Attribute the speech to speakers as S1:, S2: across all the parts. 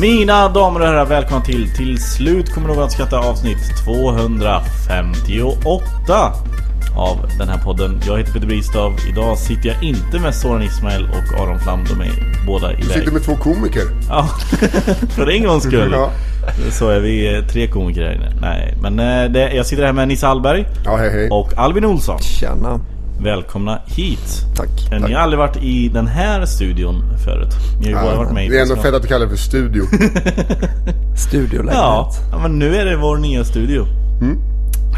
S1: Mina damer och herrar, välkomna till Till slut kommer någon att skratta avsnitt 258 av den här podden. Jag heter Peter Bristav. Idag sitter jag inte med Soran Ismail och Aron Flam. De är båda
S2: Jag
S1: iväg.
S2: sitter med två komiker.
S1: Ja, för en gångs skull.
S2: Ja.
S1: Så är vi eh, tre komiker här inne. Nej, men eh, det, jag sitter här med Nisse Hallberg
S2: Ja, hej hej.
S1: och Albin Olsson.
S3: Tjena.
S1: Välkomna hit.
S3: Tack.
S1: Eh, Ni har aldrig varit i den här studion förut. Ni har ju bara varit med i
S2: Det är ändå fett att du kallar det för studio.
S3: Studiolägenhet.
S1: Ja, ja, men nu är det vår nya studio.
S3: Mm.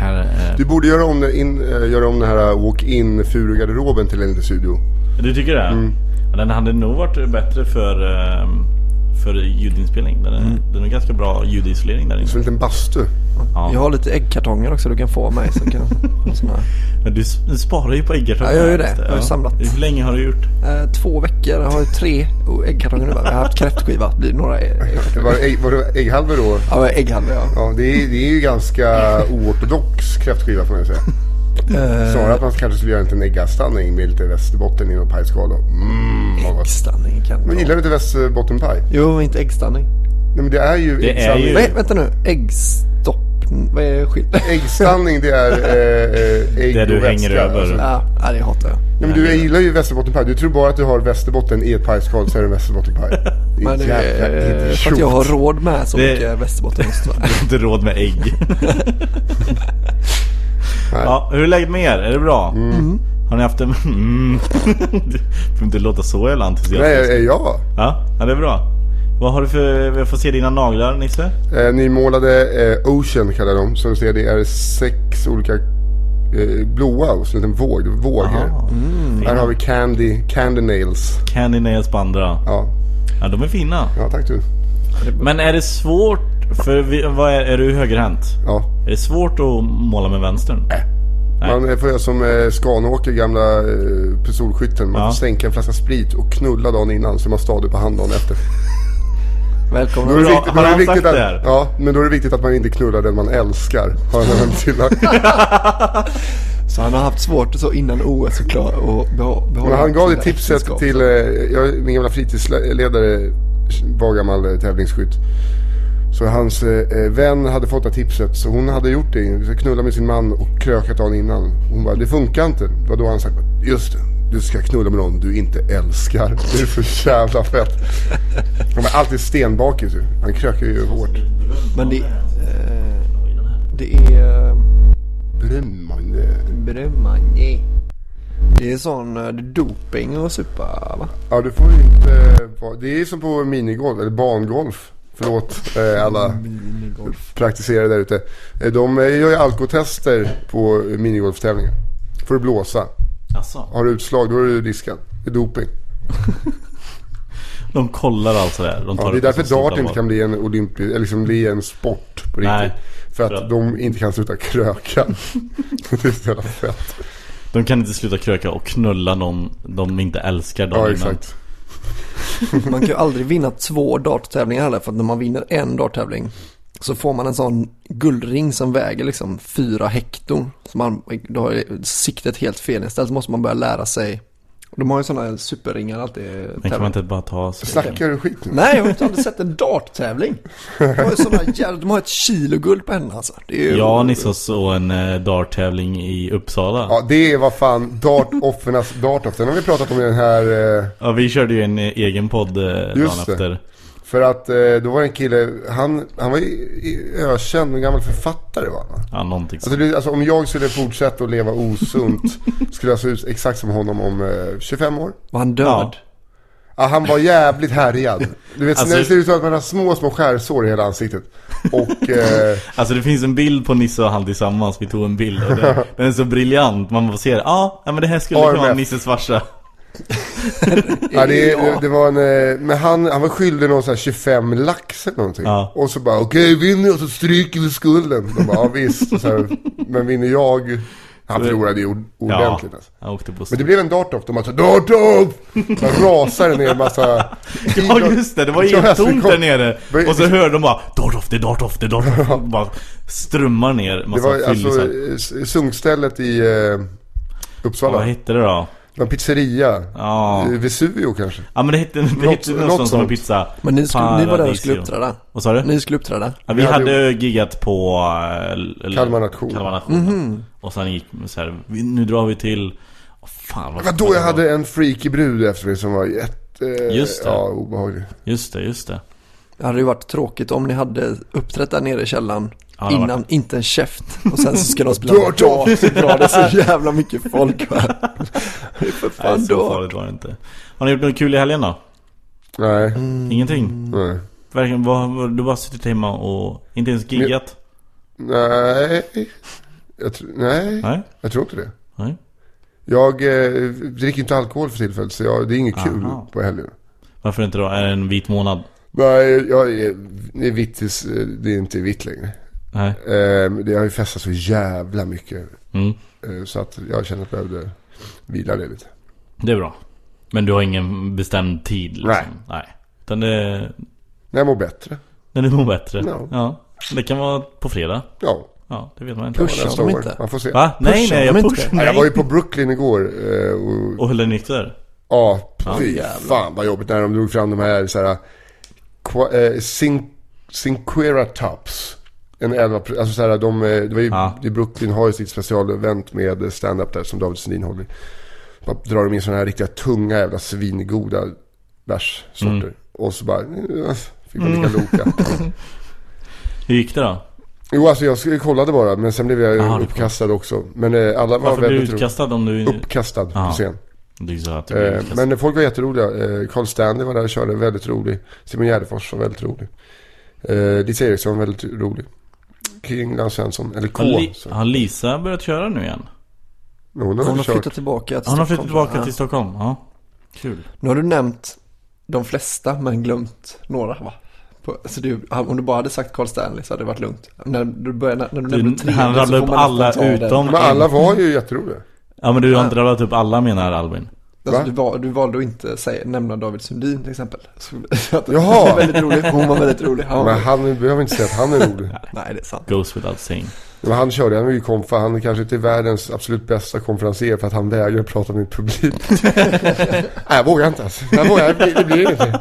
S1: Här, eh,
S2: Du borde göra om, det in, eh, göra om den här walk-in furugarderoben till en liten studio.
S1: du tycker det?
S3: Mm.
S1: Ja, Den hade nog varit bättre för, ehm, för ljudinspelning. Den är,
S3: Mm.
S1: den är ganska bra ljudisolering där inne.
S2: Som en liten bastu.
S3: Jag har lite äggkartonger också du kan få av mig. Så kan jag, en sån här.
S1: Men du, s- du sparar ju på äggkartonger.
S3: Ja, jag gör ju det.
S1: just
S3: Jag har ju samlat.
S1: Hur länge har du gjort?
S3: Eh, två veckor, jag har ju tre äggkartonger nu. va? Jag har haft kräftskiva, det blir några ägg-
S2: Det Var, ägg, var det ägghalvor då?
S3: ja, ägghalvor. Ja.
S2: Ja, det är, det är ju ganska oortodox kräftskiva får man ju säga.
S1: Eh.
S2: Snarare att man kanske skulle göra en liten äggastanning med lite Västerbotten i något pajskal. och- Mm, vad gott.
S3: Äggstanning kan
S2: Men
S3: det vara.
S2: gillar du inte Västerbottenpaj?
S3: Jo, inte äggstanning.
S2: Nej men det är ju...
S1: Det är
S2: äggstanning.
S1: ju-
S3: Nej, vänta nu. Äggstopp. Mm, Vad är skillnaden?
S2: Äggstanning det är eh, eh, ägg
S1: Det du
S2: och
S1: hänger
S2: vätska,
S1: över.
S2: alltså.
S3: Ja, ja, det hatar jag.
S2: Ja, men du gillar ju västerbottenpaj. Du tror bara att du har västerbotten i ett pajskal så är det västerbottenpaj. Det är
S3: Men det
S2: jävla
S3: är eh, för att
S2: idiot.
S3: jag har råd med så
S1: Det-
S3: mycket västerbottenost. va?
S1: Du har inte råd med ägg. ja, hur är läget med er? Är det bra?
S3: Mm.
S1: Har ni haft en... Mm. du får inte låta så jävla
S2: Nej, eh,
S1: entusiastisk.
S2: är jag?
S1: Ja, ja, det är bra. Vad har du för... Jag får se dina naglar Nisse.
S2: Eh, nymålade eh, Ocean kallar jag dem. Som du ser, det är sex olika eh, blåa och så en liten våg. Det är Vågor.
S3: Mm.
S2: Här har vi Candy, Candy Nails.
S1: Candy nails på andra.
S2: Ja,
S1: Ja, de är fina.
S2: ja tack du.
S1: Men är det svårt? För vi, vad är, är du högerhänt?
S2: Ja.
S1: Är det svårt att måla med vänstern?
S2: Man eh, får göra som eh, Skanåker, gamla eh, pistolskytten. Man
S1: Ja.
S2: får sänka en flaska sprit och knulla dagen innan så är man stadig på hand dagen efter.
S3: Välkomna.
S2: Då är det
S1: Bra,
S2: viktigt,
S1: har
S2: då är det
S1: han
S2: viktigt
S1: sagt
S2: att,
S1: det här?
S2: Ja, men då är det viktigt att man inte knullar den man älskar. Har han även tillagt.
S3: Så han har haft svårt så innan OS såklart och behå- behålla
S2: Men han gav det
S3: sina
S2: tipset
S3: äktenskap.
S2: till, eh, jag, min gamla fritidsledare var gammal eh, tävlingsskytt. Så hans eh, vän hade fått det här tipset, så hon hade gjort det. Knulla med sin man och krökat dagen innan. Hon bara, det funkar inte. Det var då han sagt, just det. Du ska knulla med någon du inte älskar. Det är så jävla fett. Han var alltid stenbakis ju. Han krökar ju hårt.
S3: Men det, eh, det är... eh,
S2: Brömmande.
S3: Bremanje. Det är sån eh, doping och supa va?
S2: Ja, du får ju inte... vara- Det är som på minigolf, eller bangolf. Förlåt eh, alla praktiserare där ute. Eh, De eh, gör ju alkotester på eh, minigolftävlingar. Får du blåsa.
S1: Alltså,
S2: Har du utslag, då är du diskad. Det är doping.
S1: de kollar alltså det här. De tar
S2: Ja, det är
S1: på så
S2: därför
S1: stort
S2: dart inte
S1: allvar.
S2: kan bli en, olympi- eller liksom bli en sport på riktigt.
S1: Nej.
S2: För
S1: För att-
S2: att de inte kan sluta kröka. det är så jävla fett.
S1: De kan inte sluta kröka och knulla någon de inte älskar dagen
S2: Ja,
S1: innan.
S2: exakt.
S3: Man kan ju aldrig vinna två darttävlingar heller för att när man vinner en darttävling så får man en sån guldring som väger liksom fyra hekto. Så man, då har ju siktet helt felinställt så måste man börja lära sig De har ju sådana superringar alltid.
S1: Men kan man
S3: tävling.
S1: inte bara ta... sig-
S2: Snackar du skit nu?
S3: Nej, jag har inte aldrig sett en darttävling. De har ju såna jävla, de har ett kilo guld på händerna alltså. Det är ju...
S1: Jag och Nisse såg en eh, darttävling i Uppsala.
S2: Ja, det var fan dart-offernas dart-off. Den har vi pratat om i den här... eh,
S1: Ja, vi körde ju en eh, egen podd eh, dagen
S2: Just det.
S1: efter.
S2: För att eh, då var det en kille, han, han var ju i- ökänd, en gammal författare va?
S1: Ja, någonting
S2: Alltså,
S1: sånt.
S2: det, alltså om jag skulle fortsätta att leva osunt skulle jag se ut exakt som honom om eh, 25 år.
S3: Var han död?
S1: Ja.
S2: Ja, han var jävligt härjad. Du vet,
S1: Alltså-
S2: det ser ut som att man har små, små skärsår i hela ansiktet. Och... Eh,
S1: Alltså det finns en bild på Nisse och han tillsammans, vi tog en bild och den, den är så briljant, man bara ser, ah, ja, ja men det här skulle kunna vara
S2: RMF.
S1: Nisses farsa
S2: Ja, det, det, det var en, eh, men han, han var skyldig någon så här 25 lax eller någonting.
S1: Ja.
S2: Och så bara, okej vinner jag så stryker vi skulden. De bara, ja visst. Och Så här, men vinner jag? Han förlorade ju ord- ordentligt alltså.
S1: han åkte på
S2: Men det
S1: det
S2: blev en dart-off. De bara, så, dart-off! Man rasade ner en massa...
S1: Ja just det, det var
S2: Ja,
S1: helt
S2: alltså,
S1: tomt
S2: kom-
S1: där nere!
S2: Men-
S1: Och så hörde de bara 'Dartoff, det är Dartoff, det är Dartoff' Och bara strömmar ner
S2: Det
S1: massa
S2: var alltså
S1: fyllisar
S2: eh, s- sunkstället i eh, Uppsala.
S1: Vad hette det då?
S2: Det var en pizzeria.
S1: Ja,
S2: Eh, Vesuvio kanske.
S1: ja men det hette, det
S2: Något-
S1: hette
S2: något
S1: någonstans som en
S2: sånt.
S1: pizza
S3: Men ni, skulle, ni var där
S1: Paradiso.
S3: och skulle uppträda.
S1: Vad sa du?
S3: Ni skulle uppträda.
S1: Ja, vi
S2: Vi hade-
S1: hade giggat på eh, l-
S2: Kalmar nation.
S1: Kalmar nation
S3: Mhm.
S1: Och sen gick man så här, "Vi- nu drar vi till Åh, Fan vad
S2: Vadå, jag hade en freaky brud efter mig som var jätte... eh,
S1: Just det.
S2: Ja, obehaglig.
S1: Just det, just det
S3: Det hade ju varit tråkigt om ni hade uppträtt där nere i källaren
S1: Ja, det
S3: innan,
S1: hade
S3: inte en käft. Och sen så ska de spela
S2: Dört av!
S3: dart så drar det så jävla mycket folk va. Det är för
S1: Nej,
S3: fan
S1: så
S3: dart.
S1: farligt var det inte. Har ni gjort något kul i helgen då?
S2: Nej,
S1: Mm. Ingenting?
S2: nej.
S1: Verkligen, vad, vad, du har bara suttit hemma och inte ens giggat?
S2: Nej. Jag tr- nej,
S1: Nej?
S2: jag tror inte det.
S1: Nej?
S2: Jag eh, dricker inte alkohol för tillfället så jag, det är inget kul
S1: Aha.
S2: på helgen.
S1: Varför inte då? Är det en vit månad?
S2: Nej, jag är, det är vitt tills eh, det är inte är vitt längre.
S1: Nej?
S2: Eh, men det har ju festat så jävla mycket.
S1: Mm.
S2: Eh, så att jag känner att jag behövde vila det lite.
S1: Det är bra. Men du har ingen bestämd tid liksom?
S2: Nej.
S1: Nej. Utan det...
S2: När jag mår bättre.
S1: När du mår bättre?
S2: Ja.
S1: Ja. Det kan vara på fredag?
S2: Ja,
S1: Ja, det vet man inte.
S3: Push. Pushar
S2: nästa
S3: de
S2: år.
S3: inte?
S2: Man får se.
S1: Va? Nej,
S3: Pushar
S1: nej,
S3: de
S1: jag
S3: inte?
S1: pushar
S2: Nej,
S1: nej.
S2: jag var ju på Brooklyn igår. eh, och,
S1: Och höll dig nykter?
S2: ja, fy fan vad jobbigt när de drog fram de här så här, qua- eh, cin- Cinquera Tops. En 11, pro- alltså så här, de, eh, det var ju,
S1: Ja.
S2: det Brooklyn har ju sitt specialevent med stand-up där som David Sundin håller. Bara drar de in sådana här riktiga tunga jävla svingoda bärssorter.
S1: Mm.
S2: Och så bara, eh, fick man dricka Loka.
S1: Hur gick det då?
S2: Jo alltså jag sk- kollade bara men sen blev jag
S1: Aha, du-
S2: uppkastad också. Men eh, alla
S1: Varför
S2: var
S1: blev
S2: väldigt
S1: du
S2: roliga.
S1: utkastad om du...
S2: Uppkastad
S1: Ja.
S2: på scen.
S1: Du är så att du blev
S3: Mm,
S2: Eh,
S1: utkastad.
S2: men folk var jätteroliga. Eh, Carl Stanley var där och körde, väldigt rolig. Simon Gärdenfors var väldigt rolig. Eh, Lisa Eriksson var väldigt rolig.
S3: Mm.
S2: Kringland Svensson, eller K.
S1: Har, Li-
S2: så.
S1: har Lisa börjat köra nu igen?
S2: Hon har
S3: Hon
S2: väl
S3: har
S2: kört.
S3: flyttat tillbaka till
S1: Han har
S3: Stockholm,
S1: flyttat tillbaka
S3: va?
S1: till Stockholm, ja. Kul.
S3: Ja. Nu har du nämnt de flesta men glömt några va? På, alltså, så du, om du bara hade sagt Carl Stanley så hade det varit lugnt. När du, började, när du nämnde
S1: Du,
S3: tre
S1: han
S3: så
S1: rabblade
S3: får
S1: upp
S3: man nästan
S1: alla
S3: ta den.
S1: utom
S2: Men alla var ju jätteroliga.
S1: Ja men du har inte rabblat upp alla menar Albin.
S3: Alltså,
S2: Va?
S3: du, val, du valde att inte säga, nämna David Sundin till exempel. Så, så
S2: Jaha.
S3: att, Det var väldigt roligt, hon var väldigt rolig. Han var,
S2: Men han vi behöver inte säga att han är rolig.
S3: nej, det är sant.
S1: Goes without saying.
S2: Men han körde, han var ju konfa. Han är kanske inte världens absolut bästa konferenser för att han vägrar prata med publik. Nej, jag vågar inte alltså. Jag vågar, det blir- det blir ingenting.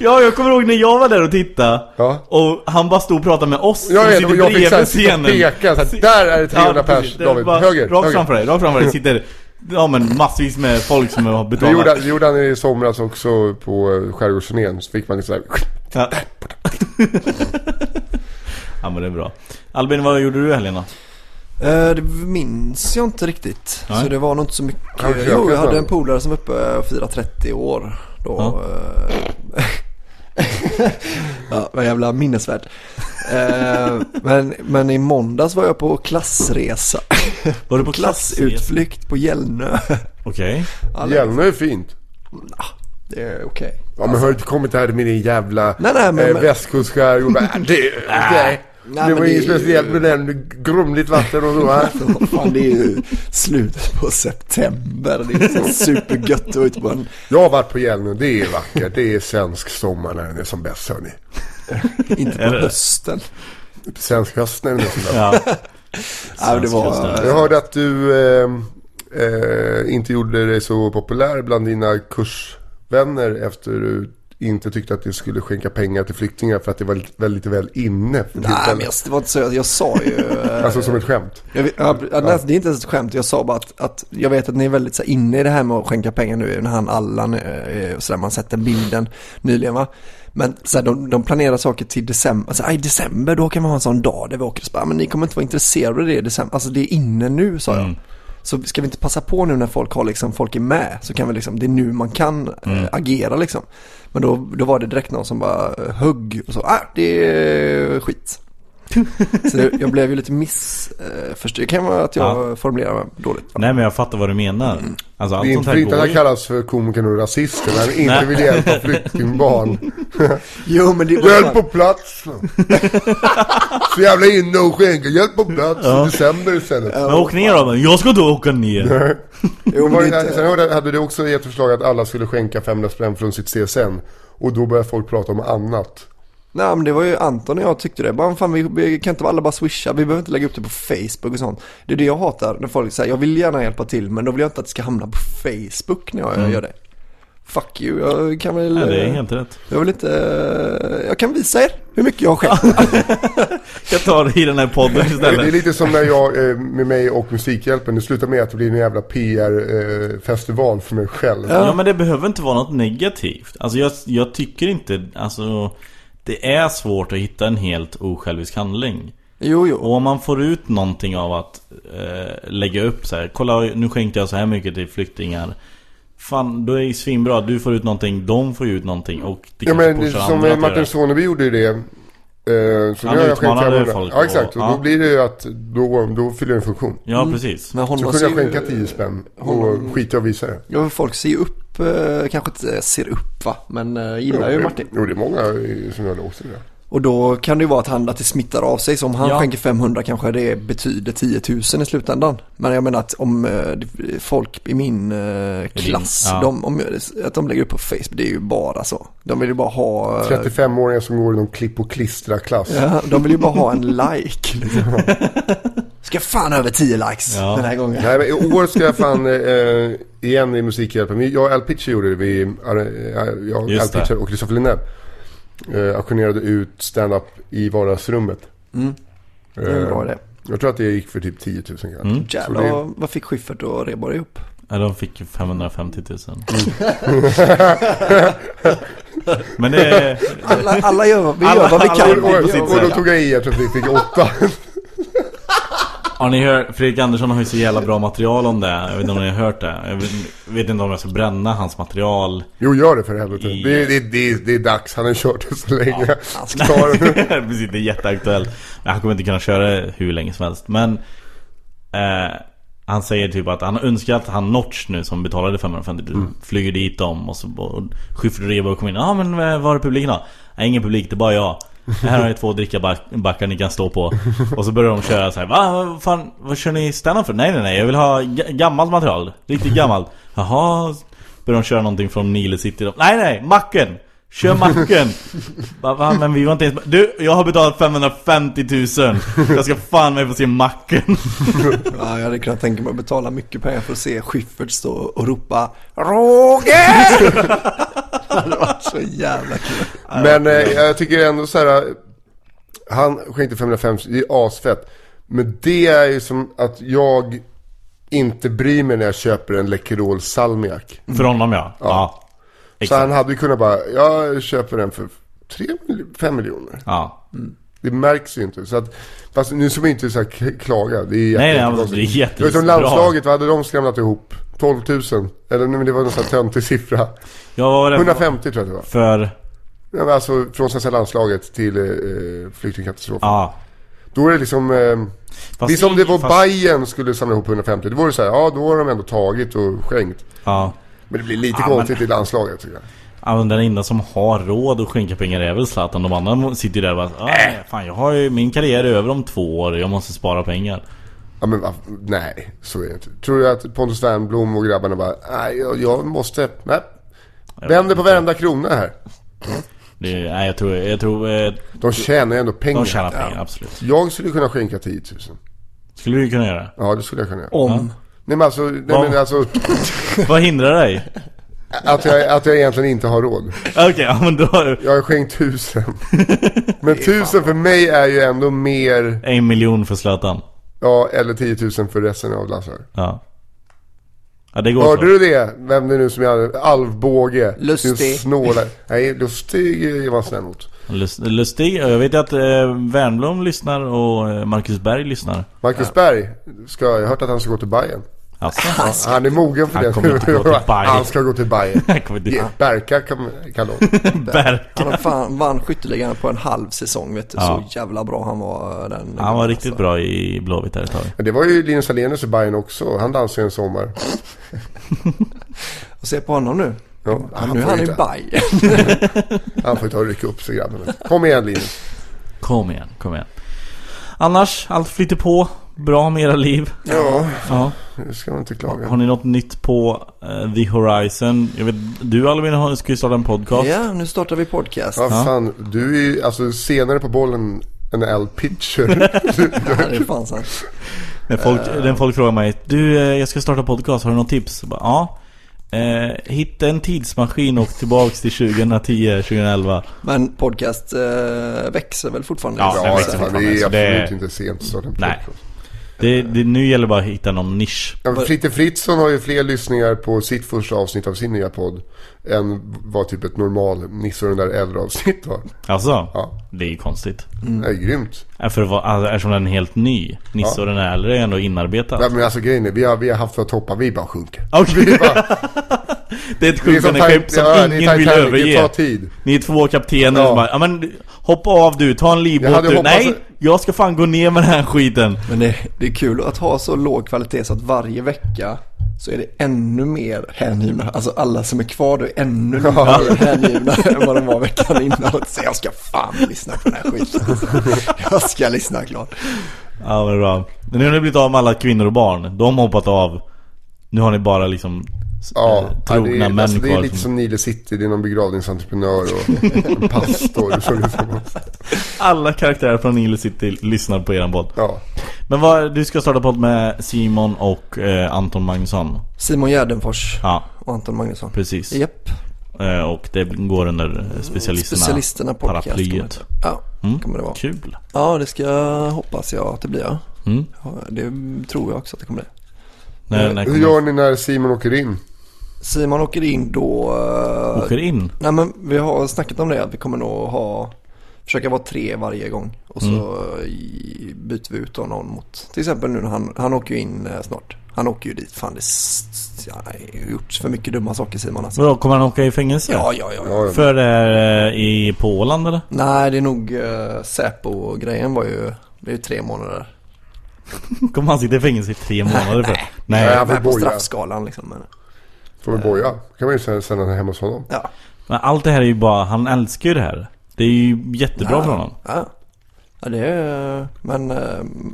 S1: Ja jag kommer ihåg när jag var där och tittade.
S2: Ja.
S1: Och han bara stod och pratade med oss
S2: Jag
S1: som
S2: vet, och
S1: sitter
S2: jag fick
S1: bredvid
S2: såhär
S1: scenen.
S2: peka såhär, där är det 300 pers,
S1: precis. Det är
S2: David.
S1: bara
S2: Höger,
S1: Rakt
S2: höger.
S1: framför dig, rakt framför dig sitter ja, men massvis med folk som har
S2: Det
S1: betalat.
S2: gjorde, det gjorde han i somras också på eh, Skärgårdsturnén. Så fick man såhär,
S1: Ja. ja men det är bra. Albin vad gjorde du i helgen då?
S3: Eh, det minns jag inte riktigt.
S1: Nej.
S3: Så det var nog inte så mycket.
S2: Har du
S3: Jo, jag
S2: krökat
S3: hade
S2: någon?
S3: en polare som var uppe eh, och firade 30 år. Då,
S1: Ja.
S3: eh, ja, vad jävla minnesvärd. Eh, men, men i måndags var jag på klassresa.
S1: Var du på klassresa?
S3: Klassutflykt på Gällnö.
S1: Okej.
S3: Ja, det-
S2: Gällnö är fint.
S3: Det är okej.
S2: Ja men har du inte kommit här med din jävla
S3: Alltså. Nej, nej, men-
S2: eh,
S3: men-
S2: västkustskärgård? Bara, Det, nej.
S3: Nej,
S2: det
S3: men
S2: var inget
S3: det är ju-
S2: speciellt med den. Grumligt vatten och så va?
S3: Vad Fan, det är ju slutet på september. Det är så supergött att vara ute på en...
S2: Jag har varit på Gällnö, det är vackert. Det är svensk sommar när den är som bäst hörni.
S3: Inte på
S1: Är det?
S3: hösten.
S2: Svensk höst när den är som bäst.
S1: Ja.
S3: Ja, det var...
S1: Svensk höst,
S2: Jag hörde att du eh, eh, inte gjorde dig så populär bland dina kursvänner efter du inte tyckte att du skulle skänka pengar till flyktingar för att det var lite- väl, lite väl inne för
S3: Nej, men
S2: tillfället.
S3: jag, det var inte så. Jag, jag sa ju... eh,
S2: Alltså som ett skämt.
S3: Jag, vet- ja, ja. nej, Det är inte ens ett skämt, jag sa bara att, att jag vet att ni är väldigt så här, inne i det här med att skänka pengar nu när han Allan, eh, så där, man sett den bilden nyligen va. Men så här, de, de planerar saker till december, alltså, i december då kan man ha en sån dag där vi åker och så bara, men ni kommer inte vara intresserade av det i december, alltså det är inne nu sa jag. Så ska vi inte passa på nu när folk har liksom, folk är med så kan vi liksom, det är nu man kan eh, agera liksom. Men då, då var det direkt någon som bara eh, högg och så, ah, det är skit. Så det, jag blev ju lite missförstådd. Det kan vara att jag formulerar mig dåligt.
S1: Nej men jag fattar vad du menar. Alltså
S2: Det
S1: allt
S2: är
S1: sånt
S2: inte
S1: här
S2: för inte
S1: går
S2: han
S1: ju.
S2: kallas för komikern och rasisten. Han inte vill hjälpa flyktingbarn.
S3: Jo, men det var
S2: Hjälp på plats! Så jävla inne och skänka. Hjälp på plats i december istället.
S1: Men åk ner då. men Jag ska då åka ner.
S3: Jo, men
S2: Var
S3: det
S2: det där,
S3: är
S2: sen
S3: inte...
S2: hörde, jag- hade du också gett förslag att alla skulle skänka 500 spänn från sitt CSN. Och då började folk prata om annat.
S3: Nej, men det var ju Anton och jag tyckte det. Bara, fan, vi, vi kan inte alla bara swisha. Vi behöver inte lägga upp det på Facebook och sånt. Det är det jag hatar. När folk säger, jag vill gärna hjälpa till, men då vill jag inte att det ska hamna på Facebook när jag gör det. Fuck you, jag kan väl...
S1: Mm. Nej, det är helt rätt.
S3: Jag vill inte... eh, Jag kan visa er hur mycket jag skänker.
S1: Jag tar det i den här podden
S2: Det är
S1: istället.
S2: lite som när jag, eh, med mig och Musikhjälpen, det slutar med att det blir en jävla PR-festival för mig själv.
S1: Ja men det behöver inte vara något negativt. Alltså jag, jag tycker inte, alltså det är svårt att hitta en helt osjälvisk handling.
S3: jo, jo.
S1: Och om man får ut någonting av att eh, lägga upp så här. Kolla nu skänkte jag så här mycket till flyktingar. Fan, då är det svinbra. Du får ut någonting, de får ut någonting och det
S2: Ja
S1: kanske
S2: men det,
S1: pushar
S2: som
S1: andra
S2: eh,
S1: att göra
S2: Martin
S1: det.
S2: Soneby gjorde ju det. Eh, så
S1: Han
S2: nu har jag skänkt
S1: utmanade
S2: 500.
S1: folk
S2: Ja exakt, och,
S1: och-
S2: då
S1: ja.
S2: blir det ju att då, då fyller det en funktion.
S1: Ja precis.
S3: Men
S2: Så
S3: honom
S2: kunde jag
S3: ser ju-
S2: skänka 10 spänn och skita och visa det.
S3: Ja, men folk ser ju upp, eh, kanske inte ser upp va, men eh, gillar ju Martin.
S2: Jo det är många eh, som jag låser det.
S3: Och då kan det ju vara att han att det smittar av sig. Så om han
S1: Ja.
S3: skänker 500 kanske det betyder 10 000 i slutändan. Men jag menar att om eh, det- folk i min eh, klass,
S1: ja.
S3: de, om, att de lägger upp på Facebook, det är ju bara så. De vill ju bara ha... eh,
S2: 35-åringar som går i någon klipp och klistra-klass.
S3: Ja, de vill ju bara ha en like. Liksom. Ska fan över 10 likes
S1: Ja.
S3: den här gången.
S2: Nej men i år ska jag fan eh, igen i Musikhjälpen. Vi- Jag och Al Pitcher gjorde det. Vi, eh, jag, Al
S1: Just det.
S2: Pitcher och Christopher Linnell. Eh, auktionerade ut stand-up i vardagsrummet.
S3: Mm. Det är väl bra det.
S2: Jag tror att det gick för typ 10 000 kanske.
S3: Mm. Jävlar,
S2: det-
S3: vad- vad fick Schyffert och Rheborg ihop?
S1: Ja, de fick ju 550 000. men det är...
S3: Alla, alla gör, vi
S1: Alla-
S3: gör vad vi
S1: alla
S3: kan.
S1: gjorde på sitt
S2: Och, och då tog jag i jag tror att vi fick åtta.
S1: Ja, ni hör, Fredrik Andersson har ju så jävla bra material om det. Jag vet inte om ni har hört det. Jag vet, vet inte om jag ska bränna hans material.
S2: Jo, gör det för helvete.
S1: I-
S2: Det, det, det, det är dags. Han har kört det så länge.
S3: alltså.
S2: Ta det.
S1: Precis, det är jätteaktuellt. Men han kommer inte kunna köra det hur länge som helst. Men eh, han säger typ att han önskar att han Notch nu som betalade 550 flyger dit dem och så och Schyffert och Rheborg kommer in. Ja ah, men eh, var är publiken då? Nej ingen publik, det är bara jag. Här har ni två drickabackar ni kan stå på. Och så börjar de köra så här. Va? Vad fan? Vad kör ni stand för? Nej nej nej, jag vill ha ga- gammalt material. Riktigt gammalt. Jaha. Börjar de köra någonting från Nile City? då? Nej nej, macken! Kör macken! Va, va, men vi var inte ens... Du, jag har betalat 550 000 Jag ska fan mig få se macken
S3: Ja, jag hade kunnat tänka mig att betala mycket pengar för att se Schyffert stå och ropa Roger! det hade varit så jävla kul.
S2: Men eh, jag tycker ändå så här. eh, Han skänkte 550, det är asfett. Men det är ju som att jag inte bryr mig när jag köper en Läkerol salmiak.
S1: För honom ja, ja.
S2: Så han
S1: Exakt.
S2: hade ju kunnat bara, jag köper den för 3, 5 miljoner.
S1: Ja.
S2: Det märks ju inte. Så att, fast nu ska vi inte så här k- klaga. Det
S1: Nej,
S2: är
S1: nej,
S2: jätte-
S1: men det är jätte-
S2: Jag vet om
S1: bra.
S2: landslaget, vad hade de skramlat ihop? 12 000? Eller nej, men det var någon sån här töntig siffra.
S1: Jag var det
S2: 150 tror jag det var.
S1: för...
S2: Ja, men Alltså från svenska landslaget till eh, flyktingkatastrofen.
S1: Ja.
S2: Då är det liksom... Eh,
S1: Fast
S2: det är som det var
S1: fast-
S2: Bayern skulle samla ihop 150. Då var det så här, ja då har de ändå tagit och skänkt.
S1: Ja.
S2: Men det blir lite
S1: Ja,
S2: konstigt i landslaget tycker jag.
S1: Ja, men den enda som har råd att skänka pengar är väl Zlatan. De andra sitter ju där och bara ah,
S2: Äh!"
S1: nej, Fan jag har ju min karriär är över om två år. Jag måste spara pengar.
S2: Ja men va, nej, så är det inte. Tror du att Pontus Wernbloom och grabbarna bara, nej jag, jag måste, nej. Vänder på varenda krona här.
S1: Det, nej jag tror... Jag tror eh,
S2: De tjänar ju ändå pengar.
S1: de tjänar pengar, absolut.
S2: Jag skulle kunna skänka 10 000.
S1: Skulle du kunna göra?
S2: Ja det skulle jag kunna göra.
S3: Om.
S2: Nej men alltså, nej,
S1: Vad-
S2: men alltså
S1: Vad hindrar dig?
S2: att, jag, att jag egentligen inte har råd.
S1: Okej, ja, men då har du
S2: Jag har skänkt tusen. Men tusen för mig är ju ändå mer,
S1: en miljon för Zlatan.
S2: ja eller 10 000 för resten av Lazar.
S1: Ja. Ja, det går så.
S2: Hörde du det? Vem det nu som är Alvbåge.
S3: Lustig.
S2: Sin Snåla. Nej, lustig var snäll mot.
S1: Lust, lustig. Jag vet ju att eh, Wernbloom lyssnar och eh, Marcus Berg lyssnar.
S2: Marcus Berg, ska, jag har hört att han ska gå till Bayern.
S1: Alltså,
S2: Han är mogen för
S1: Han
S2: det.
S1: kommer inte gå till Bayern.
S2: Han ska gå till Bayern.
S1: jag kommer inte...
S2: Ja, Berka kan, kan de.
S1: Berka.
S3: Han har fan, vann skytteligan på en halv säsong vet du.
S1: Ja.
S3: Så jävla bra han var eh, den.
S1: Han var riktigt bra i Blåvitt där ett tag.
S2: Men det var ju Linus Alenius i Bayern också. Han dansade ju en sommar.
S3: alltså. Och se på honom nu.
S2: Ja,
S3: Han, nu är
S2: får
S3: han i
S2: inte-
S3: Bayern.
S2: Han får ju ta och rycka upp sig grabben. Kom igen Linus.
S1: Kom igen, kom igen. Annars, allt flyter på. Bra med era liv.
S2: Ja,
S1: Ja.
S2: nu ska man inte
S1: Har
S2: klaga.
S1: ni något nytt på eh, The Horizon? Jag vet, du Alvin har- ska ju starta en podcast.
S3: Ja, nu startar vi podcast.
S2: Ja, fan. Du är ju alltså senare på bollen än Al Pitcher.
S3: Ja, det är fan sant.
S1: När folk,
S2: Eh.
S1: när folk frågar mig Du, eh, jag ska starta podcast, har du något tips? Jag bara, ja. Eh, hitta en tidsmaskin och tillbaks till 2010, 2011.
S3: Men podcast eh, växer väl fortfarande?
S1: Ja, den
S2: Ja,
S1: växer
S2: fan, det
S1: fortfarande,
S2: är
S1: så det-
S2: absolut inte sent att starta en
S1: Nej.
S2: podcast.
S1: Det, det, nu gäller det bara att hitta någon nisch.
S2: Ja, men Fritte Fritzson har ju fler lyssningar på sitt första avsnitt av sin nya podd än vad typ ett normal Nisse och den där äldre avsnitt var.
S1: Alltså,
S2: Ja.
S1: det är ju konstigt.
S2: Det är grymt.
S1: Äh, För att vara, alltså, eftersom den är helt ny. Nisse och den äldre är ändå inarbetad.
S2: Ja, men alltså grejen är, vi har, vi har haft våra toppar, vi bara sjunker.
S1: Okej.
S2: Vi bara,
S1: Det är ett
S2: vi är
S1: sjunkande skepp som
S2: ja, det är
S1: ingen vill
S2: Titanic, Det tar
S1: överge.
S2: tid.
S1: Ni är två kaptener
S2: Ja.
S1: som bara, ja men hoppa av du, ta en livbåt
S2: hade
S1: du.
S2: hoppats-
S1: Nej, jag ska fan gå ner med den här skiten.
S3: Men det, det är kul att ha så låg kvalitet så att varje vecka så är det ännu mer hängivna. Alltså alla som är kvar då är ännu mer hängivna än vad de var veckan innan. Så jag ska fan lyssna på den här skiten. Jag ska lyssna klart.
S1: Ja men bra. Men nu har ni blivit av med alla kvinnor och barn. De har hoppat av. Nu har ni bara liksom s-
S2: Ja,
S1: eh,
S2: ja,
S1: trogna
S2: det, är,
S1: män
S2: alltså, det är
S1: kvar.
S2: lite
S1: som-
S2: som Nile City, det är någon begravningsentreprenör och en pastor. Så liksom.
S1: Alla karaktärer från Nile City lyssnar på eran podd.
S2: ja.
S1: Men vad, du ska starta podd med Simon och eh, Anton Magnusson.
S3: Simon Gärdenfors
S1: Ja,
S3: och Anton Magnusson.
S1: precis.
S3: Japp.
S1: Eh, och det går under eh, specialisterna.
S3: Specialisterna podcast. kommer det
S1: paraplyet.
S3: heta. Ja,
S1: Mm.
S3: kommer det vara.
S1: Kul.
S3: Ja, det ska hoppas jag att det blir. Ja.
S1: Mm.
S3: Ja, Det tror jag också att det kommer bli.
S1: När, när
S2: Eh, Hur
S1: kommer,
S2: gör ni när Simon åker in?
S3: Simon åker in då... eh,
S1: åker in?
S3: Nej men vi har snackat om det att vi kommer nog ha Försöka vara tre varje gång och så
S1: Mm.
S3: i- byter vi ut då någon mot Till exempel nu när han, han åker ju in eh, snart Han åker ju dit, fan det s- s- ja, det har gjorts för mycket dumma saker Simon alltså.
S1: Vadå, kommer han åka i fängelse?
S3: Ja, ja, ja, ja.
S2: Ja,
S1: För det här, eh, i på Åland eller?
S3: Nej det är nog eh, Säpo-grejen var ju Det är ju tre månader
S1: Kommer han sitta i fängelse i tre månader för?
S2: Nej,
S1: Nej.
S2: han får
S3: Med på
S2: boja.
S3: straffskalan liksom men,
S2: Får
S1: Eh.
S2: vi boja? kan man ju sen- sända hemma hos honom.
S3: Ja,
S1: Men allt det här är ju bara, han älskar ju det här. Det är ju jättebra för honom.
S3: ja. ja det är men, eh,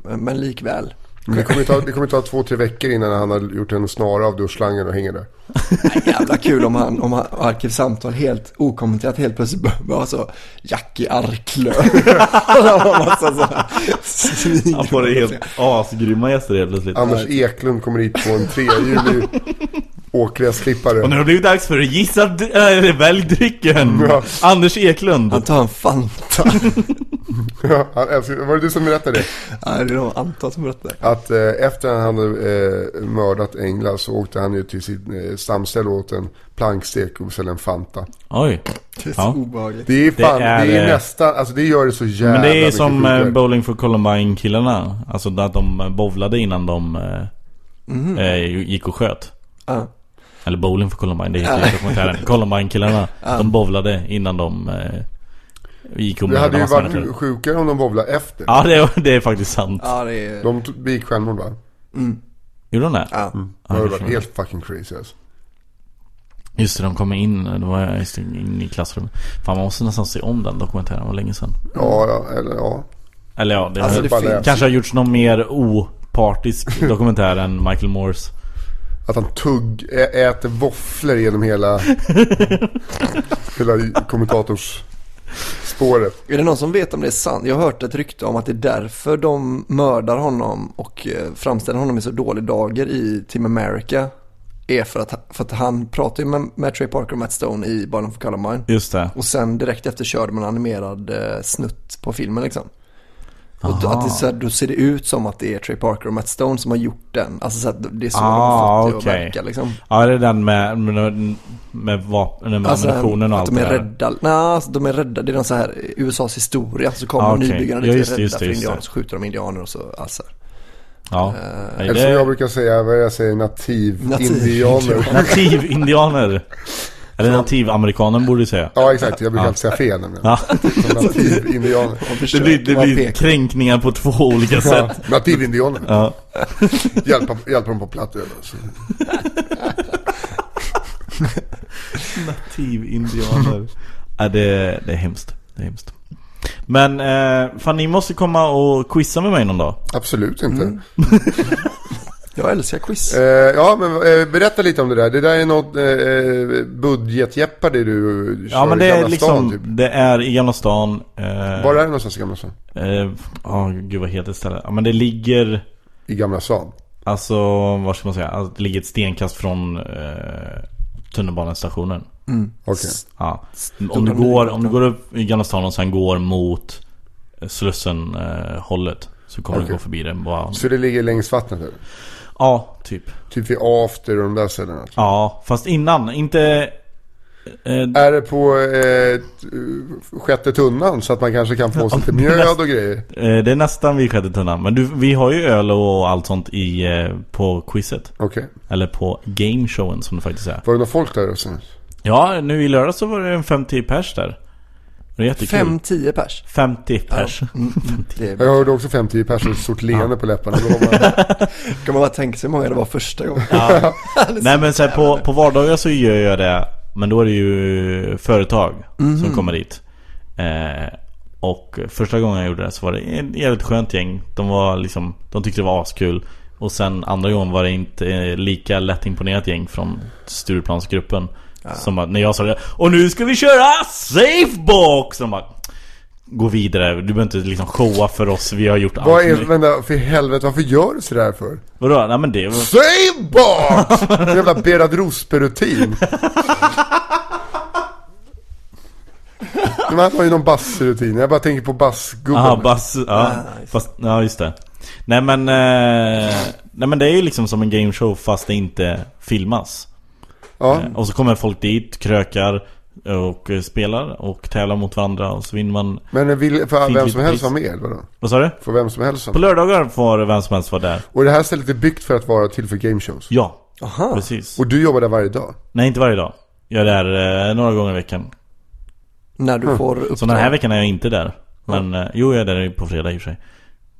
S3: men likväl
S2: Men det kommer ju ta, det kommer ju ta två, tre veckor innan han har gjort en snara av duschslangen och hänger där.
S3: Jävla kul om han, om han arkivsamtal helt okommenterat helt plötsligt bara- bara så Jackie Arklöv. Och han har massa så här svin-
S1: Han får Alltså, det helt asgrymma gäster helt plötsligt.
S2: Anders Eklund kommer hit på en trehjulig
S1: Och nu
S2: åkgräsklippare.
S1: har det blivit dags för gissa, d- äh, välj drycken!
S2: Ja.
S1: Anders Eklund!
S3: Han tar en Fanta.
S2: Ja, han älskar- Var det du som berättade det?
S3: Nej, det är nog Anton som berättar.
S2: Att eh, efter han hade eh, mördat Engla så åkte han ju till sitt eh, stamställe och åt en plankstek och sen en Fanta.
S1: Oj.
S3: Det är så
S1: Ja.
S3: obehagligt.
S2: Det är fan, det är,
S1: är, eh,
S2: nästan, alltså det gör det så jävla
S1: Men det är
S2: mycket
S1: som eh,
S2: sjukare.
S1: Bowling for Columbine killarna. Alltså att de eh, bowlade innan de eh, eh, gick och sköt.
S3: Ja.
S1: Eller Bowling for Columbine, det heter ju dokumentären. Columbine killarna. De bowlade innan de eh, gick och
S2: Det
S1: mördade
S2: hade ju
S1: massa människor.
S2: varit sjukare om de bowlade efter.
S1: Ja det, det är faktiskt sant.
S3: Ja, det är...
S2: De tog- begick självmord va?
S1: Gjorde de det?
S3: Ja.
S2: Det hade varit
S1: förstår.
S2: helt fucking crazy alltså.
S1: Just det, de kommer in, då var jag just in i klassrummet. Fan man måste nästan se om den dokumentären, det var länge sedan.
S2: Ja, ja, eller ja.
S1: Eller ja, det,
S3: Alltså,
S1: har,
S3: det
S2: bara
S3: finns...
S1: kanske har gjorts någon mer opartisk dokumentär än Michael Moores.
S2: Att han tugg, ä, äter våfflor genom hela, hela kommentators spåret.
S3: Är det någon som vet om det är sant? Jag har hört ett rykte om att det är därför de mördar honom och eh, framställer honom i så dålig dager i Team America. Är för att, för att han pratade ju med, med Trey Parker och Matt Stone i Barnen för Columbine.
S1: Just det.
S3: Och sen direkt efter körde man animerad eh, snutt på filmen liksom. Och då, att det, är så här, då ser det ut som att det är Trey Parker och Matt Stone som har gjort den. Alltså så att det är så de
S1: Ah,
S3: har fått det att
S1: okej.
S3: verka liksom.
S1: Ja, det är den med, med, med vapen, med ammunitionen och
S3: Alltså, att
S1: allt
S3: de
S1: det där.
S3: är rädda. Nej, alltså, de är rädda. Det är någon så här eh, USAs historia. Så kommer
S1: Ah, okej.
S3: nybyggarna
S1: Ja,
S3: dit och är
S1: just det,
S3: rädda
S1: just det,
S3: för
S1: just
S3: indianer.
S1: det.
S3: Så skjuter de indianer och så. Alltså.
S1: Ja. Nej,
S2: Eller som jag brukar säga, vad jag säger, nativ,
S3: Nativ-
S2: indianer.
S1: Nativindianer. Eller nativamerikanen borde du säga.
S2: Ja exakt, jag brukar alltid säga fel nämligen.
S1: Ja.
S2: Som nativ indianer.
S1: Det blir, det blir kränkningar på två olika
S2: Ja,
S1: sätt.
S2: nativ indianer.
S1: Ja.
S2: Hjälpa, hjälpa dem på alltså. platt över. Så.
S1: Nativindianer. Ja, det, det är hemskt. Det är hemskt. Men eh, fan ni måste komma och quizza med mig någon dag.
S2: Absolut inte.
S1: Mm.
S3: Jag älskar quiz.
S2: Eh, ja, men eh, berätta lite om det där. Det där är något eh, eh, budgetjeppar det du kör
S1: Ja men det
S2: i
S1: är
S2: Gamla stan,
S1: liksom,
S2: typ.
S1: det är i Gamla stan. Eh,
S2: Var är det någonstans i Gamla stan?
S1: eh, Ja gud vad heter stället? Ja men det ligger,
S2: I Gamla stan?
S1: alltså vad ska man säga? Alltså, det ligger ett stenkast från eh, tunnelbanestationen.
S2: Okej.
S1: Ja. Om, du går, om du går upp i Gamla stan och sen går mot Slussen eh, hållet så kommer du
S2: Okej.
S1: gå förbi den bara.
S2: Så det ligger längs vattnet? Eller?
S1: Ja, typ.
S2: Typ vid After och de där ställena?
S1: Ja, fast innan. Inte... Eh,
S2: Är det på eh, t- sjätte tunnan så att man kanske kan få sig lite mjöd och grejer?
S1: eh, det är nästan vid sjätte tunnan. Men du, vi har ju öl och allt sånt i, eh, på quizet.
S2: Okej.
S1: Eller på gameshowen som det faktiskt är.
S2: Var det någon folk där också?
S1: Ja, nu i lördag så var det en 50 pers där. Det är jättekul.
S3: 5-10 pers.
S1: 50 pers. Eh.
S3: Det
S2: Jag hörde också 50 personer stort leende på läpparna. Då var man-
S3: kan man bara tänka sig hur många det var första gången.
S1: Nej men så här, på, på vardagar så gör jag det Men då är det ju företag
S2: Mhm.
S1: som kommer dit eh, Och första gången jag gjorde det så var det en jävligt skönt gäng De var liksom, de tyckte det var askul Och sen andra gången var det inte eh, lika lättimponerat gäng från Stureplansgruppen Som att, när jag sa det Och nu ska vi köra safebox! De bara Gå vidare, du behöver inte liksom showa för oss, vi har gjort allt
S2: Vad är, vänta, för helvete, varför gör du sådär för?
S1: Vadå? Nej men det var...
S2: Säg bort! En jävla Berat Rosberg-rutin. Men han har ju någon bassrutin. Jag bara tänker på bassgubben.
S1: Aha, bass, ja, fast, ja just det Nej men, eh, nej men det är ju liksom som en gameshow fast det inte filmas
S2: ja.
S1: Och så kommer folk dit, krökar och eh, spelar och tävlar mot varandra och så vinner man
S2: Men vill, för
S1: Fint
S2: vem
S1: litet
S2: som helst
S1: pris.
S2: vara med eller vadå?
S1: Vad sa du?
S2: För vem som helst vara
S1: På
S2: med.
S1: lördagar får vem som helst vara där
S2: Och det här stället är byggt för att vara till för gameshows.
S1: Ja, precis
S2: Och du jobbar där varje dag.
S1: Nej inte varje dag Jag är där eh, några gånger i veckan
S3: När du får uppdrag.
S1: Så den här veckan är jag inte där Men eh, jo jag är där på fredag i och för sig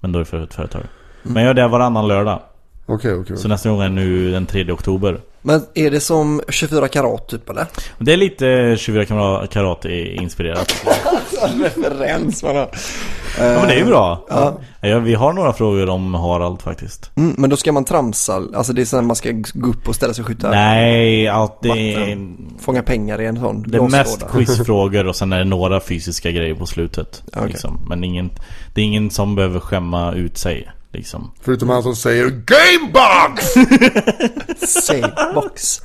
S1: Men då är det för ett företag Men jag är där varannan lördag
S2: Okej, okej.
S1: Så nästa gång är nu den 3 oktober
S3: Men är det som 24 karat typ eller?
S1: Det är lite 24 kamra- karat i- inspirerat.
S3: Referens man har.
S1: Ja men det är ju bra. Ja, vi har några frågor om Harald faktiskt.
S3: Mm, men då ska man tramsa, alltså det är sen man ska gå upp och ställa sig och skjuta.
S1: Nej, allt det är,
S3: Vatten. Fånga pengar i en sån
S1: det är mest
S3: glaslåda.
S1: quizfrågor och sen är det några fysiska grejer på slutet.
S3: okej.
S1: Liksom. Men ingen, det är ingen som behöver skämma ut sig. Liksom.
S2: Förutom han som säger GAMEBOX!
S3: Savebox.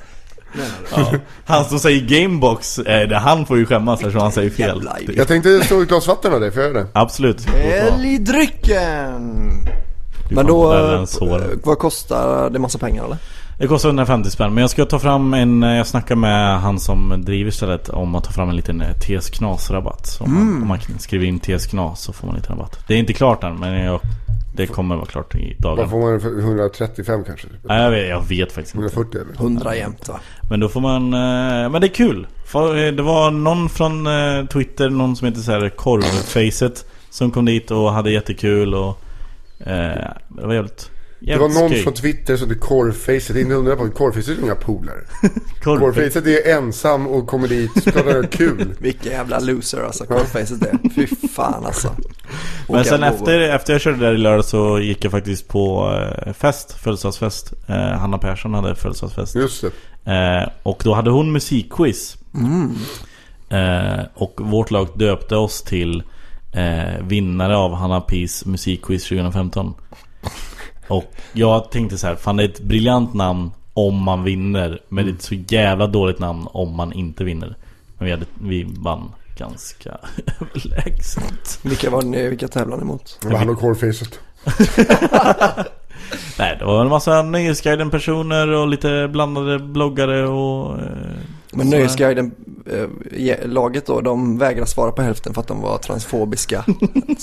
S1: Han som säger gamebox, eh, det, han får ju skämmas eftersom han säger fel.
S3: Jävla
S1: Det,
S2: Jag tänkte slå ett glas vatten av dig, för jag gör det?
S1: absolut.
S3: Häll i drycken!
S1: Du
S3: Men
S1: får
S3: då,
S1: värre än så.
S3: eh, vad kostar det? Massa pengar eller?
S1: Det kostar 150 spänn men jag ska ta fram en, eh, jag snackar med han som driver stället om att ta fram en liten eh, TS Knas rabatt. Så Om,
S2: Mm.
S1: man, om man skriver in TS Knas så får man lite rabatt. Det är inte klart än men jag, det kommer vara klart i
S2: Vad får
S1: dagarna.
S2: man det för 135 kanske? typ?
S1: Nej, jag, vet, jag vet faktiskt inte.
S2: 140 eller?
S3: 100 jämt va?
S1: Men då får man, eh, men det är kul. För, eh, Det var någon från eh, Twitter, någon som heter så här korvfacet som kom dit och hade jättekul och eh, det var jävligt
S2: Det var
S1: Jävligt
S2: någon
S1: skoj.
S2: från Twitter som hette Korvfacet. Inte undra på, Korvfacet är inga polare.
S1: Korvfacet.
S2: Cornflakesen är ensam och kommer dit, ska ha kul.
S3: Vilken jävla loser alltså, korvfacet är. Fy fan alltså.
S1: Men
S3: Åka
S1: sen
S3: Volvo.
S1: efter, efter jag körde där i lördag så gick jag faktiskt på eh, fest, födelsedagsfest. Eh, Hanna Persson hade födelsedagsfest.
S2: Just det.
S1: Eh, och då hade hon musikquiz. Eh, och vårt lag döpte oss till eh, vinnare av Hanna P's musikquiz 2015. Och jag tänkte så här, fan det är ett briljant namn om man vinner. Men det är ett så jävla dåligt namn om man inte vinner. Men vi, hade, vi vann ganska överlägset.
S3: Vilka, var ni, vilka tävlar ni mot?
S2: Det var han och Cornfacet.
S1: Nej, det var en massa Nöjesguiden-personer och lite blandade bloggare och... eh,
S3: Men
S1: sådär.
S3: Nöjesguiden, eh, ge- laget då, de vägrar svara på hälften för att de var transfobiska. Nej,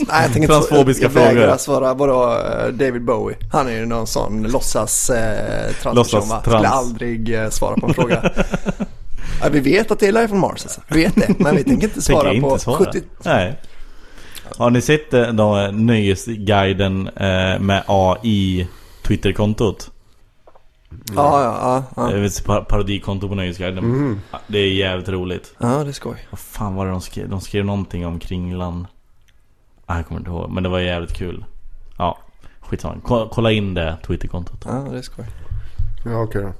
S3: jag tänker inte-
S1: Transfobiska
S3: jag
S1: frågor.
S3: vägrar svara, vadå eh, David Bowie? Han är ju någon sån låtsas eh, transperson
S1: Låtsas
S3: va?
S1: trans.
S3: Skulle aldrig eh, svara på en fråga. ja, vi vet att det är Life on Mars alltså. Vi vet det, men vi tänker inte svara
S1: Tänker
S3: på
S1: inte svara.
S3: 70...
S1: Nej. Har ni sett eh, då, Nöjesguiden eh, med AI Twitterkontot?
S3: Ja, ja, ja. Mhm.
S1: Det
S3: Ja,
S1: är ett par- parodikonto på Nöjesguiden. Ja, Det är jävligt roligt.
S3: ja det är skoj.
S1: Vad fan var det de skrev? De skrev någonting om Kringlan. Ah, jag kommer inte ihåg, men det var jävligt kul. Ja, skitsamma. Ko- Kolla in det Twitterkontot.
S3: Ja, det är skoj.
S2: Ja, okej då.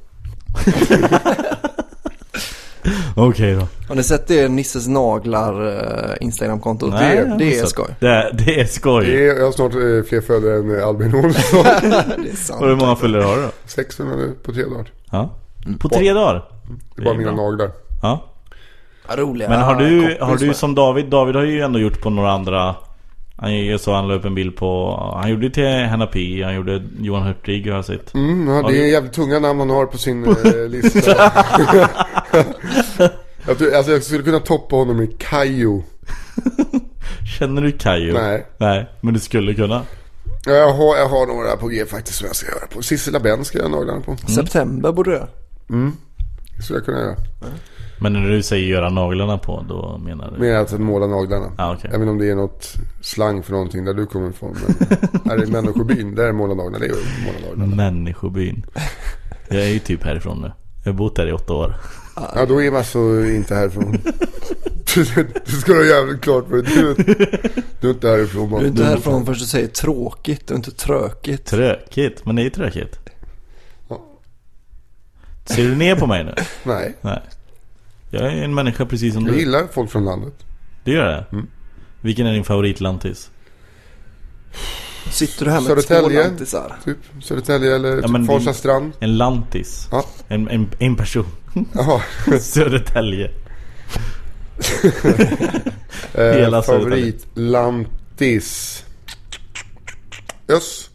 S1: Okej då.
S3: Har ni sett det Nisses naglar eh, Instagramkonto? Det, det är skoj.
S1: Det, är- det är skoj.
S2: Det är, jag har snart eh, fler följare än eh, Albin Olsson.
S3: Det är
S1: Och hur
S3: sant.
S1: många följare har du då?
S2: 600 nu på tre dagar.
S1: Ja.
S2: Mm.
S1: På tre dagar?
S2: Det är bara
S1: är
S2: mina
S1: bra.
S2: naglar.
S1: Ja.
S3: Ja, Roliga
S1: Men
S2: Ah,
S1: har du,
S3: kompisar.
S1: har du som David, David har ju ändå gjort på några andra Han gör så, han la upp en bild på Han gjorde till Hanna P, han gjorde Johan Hurtig har jag sett
S2: Mm, ja, det
S1: du-
S2: är jävligt tunga namn han har på sin eh, lista. jag, tror, alltså, jag skulle kunna toppa honom i Kayo.
S1: Känner du Kayo?
S2: Nej.
S1: Nej, men du skulle kunna
S2: Ja, Jag har, jag har några på G faktiskt som jag ska göra på. Sissela Benn ska jag göra naglarna på.
S1: Mm.
S3: September borde det.
S2: Det skulle jag kunna göra.
S1: Men när du säger göra naglarna på, då menar du?
S2: Mer att måla naglarna.
S1: Ja, okej.
S2: Jag vet inte om det är något slang för någonting där du kommer ifrån. Men här i människobyn, där är måla naglarna. Det är ju måla
S1: Mm.
S2: naglarna.
S1: Människobyn Jag är ju typ härifrån nu Jag har bott där i åtta år
S2: Ja, då är man alltså inte härifrån. det ska du ha jävligt klart för dig. Du, du är inte härifrån. man.
S3: Du är inte härifrån förrän du säger tråkigt och inte trökigt.
S1: Trökigt, men det är ju trökigt
S2: Ja.
S1: Ser du ner på mig nu?
S2: Nej.
S1: Nej Jag är en människa precis som
S2: Jag
S1: du
S2: gillar folk från landet.
S1: Du gör det?
S2: Mm.
S1: Vilken är din favoritlantis?
S3: Sitter du här med två
S2: Södertälje.
S3: lantisar?
S2: Typ Södertälje eller
S1: Ja,
S2: typ
S1: men
S2: Farsta
S1: din-
S2: strand.
S1: En lantis.
S2: Ja.
S1: En, en, en person.
S2: Jaha.
S1: Södertälje.
S2: Eh,
S1: Hela Södertälje.
S2: Favoritlantis. Öss.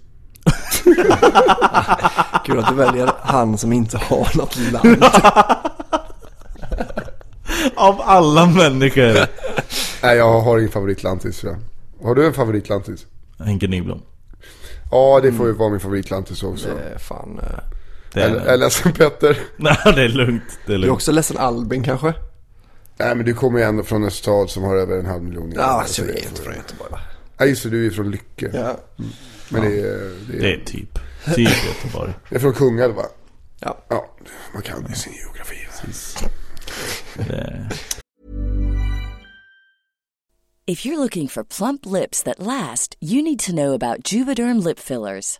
S3: Kul att du väljer han som inte har något land.
S1: Av alla människor.
S2: Nej, jag har ingen favoritlantis. tror jag. Har du en favoritlantis?
S1: Henke Nyblom.
S2: Ja, det får ju vara min favoritlantis också.
S3: Eh, Fan. eh.
S1: Det
S2: Eller,
S1: är,
S2: eller alltså Petter.
S1: nej, det är lugnt. Det är
S3: Du är
S1: lugnt.
S3: också ledsen Albin kanske?
S2: Nej, men du kommer ju ändå från en stad som har över en halv miljon
S3: Ja,
S2: invånare.
S3: så Ah, jag alltså, är inte från Göteborg va?
S2: Nej, just det, du är från Lycke.
S3: Ja.
S2: Men det är, det, är,
S1: Det är typ. Typ Göteborg.
S2: jag är från Kungälv va?
S3: Ja.
S2: Ja, man kan ju sin geografi.
S1: Det är,
S4: If you're looking for plump lips that last, you need to know about Juvederm lip fillers.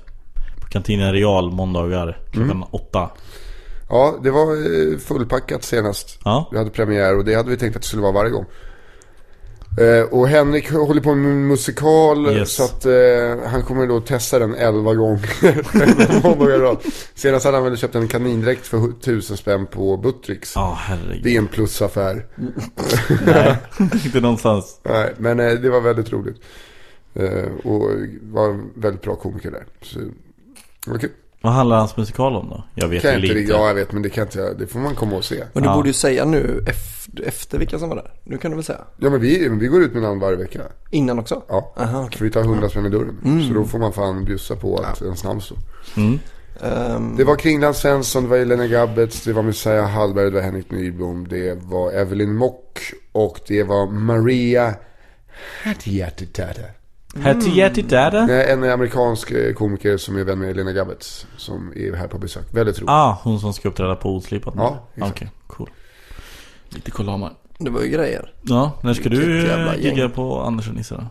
S1: På Cantina Real måndagar klockan
S2: Mm.
S1: åtta.
S2: Ja, det var eh, fullpackat senast.
S1: Ja.
S2: Vi hade premiär och det hade vi tänkt att det skulle vara varje gång. Eh, och Henrik håller på med en musikal
S1: Yes.
S2: så att eh, han kommer då testa den 11 gånger. Måndagar i rad. Senast hade han väl köpt en kanindräkt för 1000 spänn på Buttricks.
S1: Ja, herregud.
S2: Det är en plusaffär.
S1: Nej, inte någonstans.
S2: Nej, men eh, det var väldigt roligt. Eh, och var en väldigt bra komiker där. Så, det var kul.
S1: Vad handlar hans musikal om då? Jag vet
S2: Kan
S1: ju
S2: jag inte
S1: lite.
S2: det? Ja, jag vet, men det kan inte jag. Det får man komma och se.
S3: Och du
S1: Ja.
S3: borde ju säga nu efter, efter vilka som var där. Nu kan du väl säga?
S2: Ja, men vi, men vi går ut med namn varje vecka.
S3: Innan också?
S2: Ja,
S3: Aha, okej. Mm.
S2: för vi tar hundra spänn i dörren. Så då får man fan bjussa på att ens namn står.
S1: Mm.
S3: Ehm,
S2: Det var Kringland Svensson, det var Elena Gabbets, det var Messiah Hallberg, det var Henrik Nybom, det var Evelyn Mock och det var Maria Hattijärtetata.
S3: Ah.
S1: Hattie
S2: Mm.
S1: Yeti Dada?
S2: Det är en amerikansk eh, komiker som är vän med Elena Gabbets som är här på besök. Väldigt roligt.
S1: Ah, hon som ska uppträda på Oslipat? nu.
S2: Ja, exakt.
S1: Okej, cool. Lite kolamar.
S3: det var ju grejer.
S1: Ja, när ska
S3: Vilket
S1: du
S3: jävla
S1: eh,
S3: gäng.
S1: gigga på Anders och Nisse då?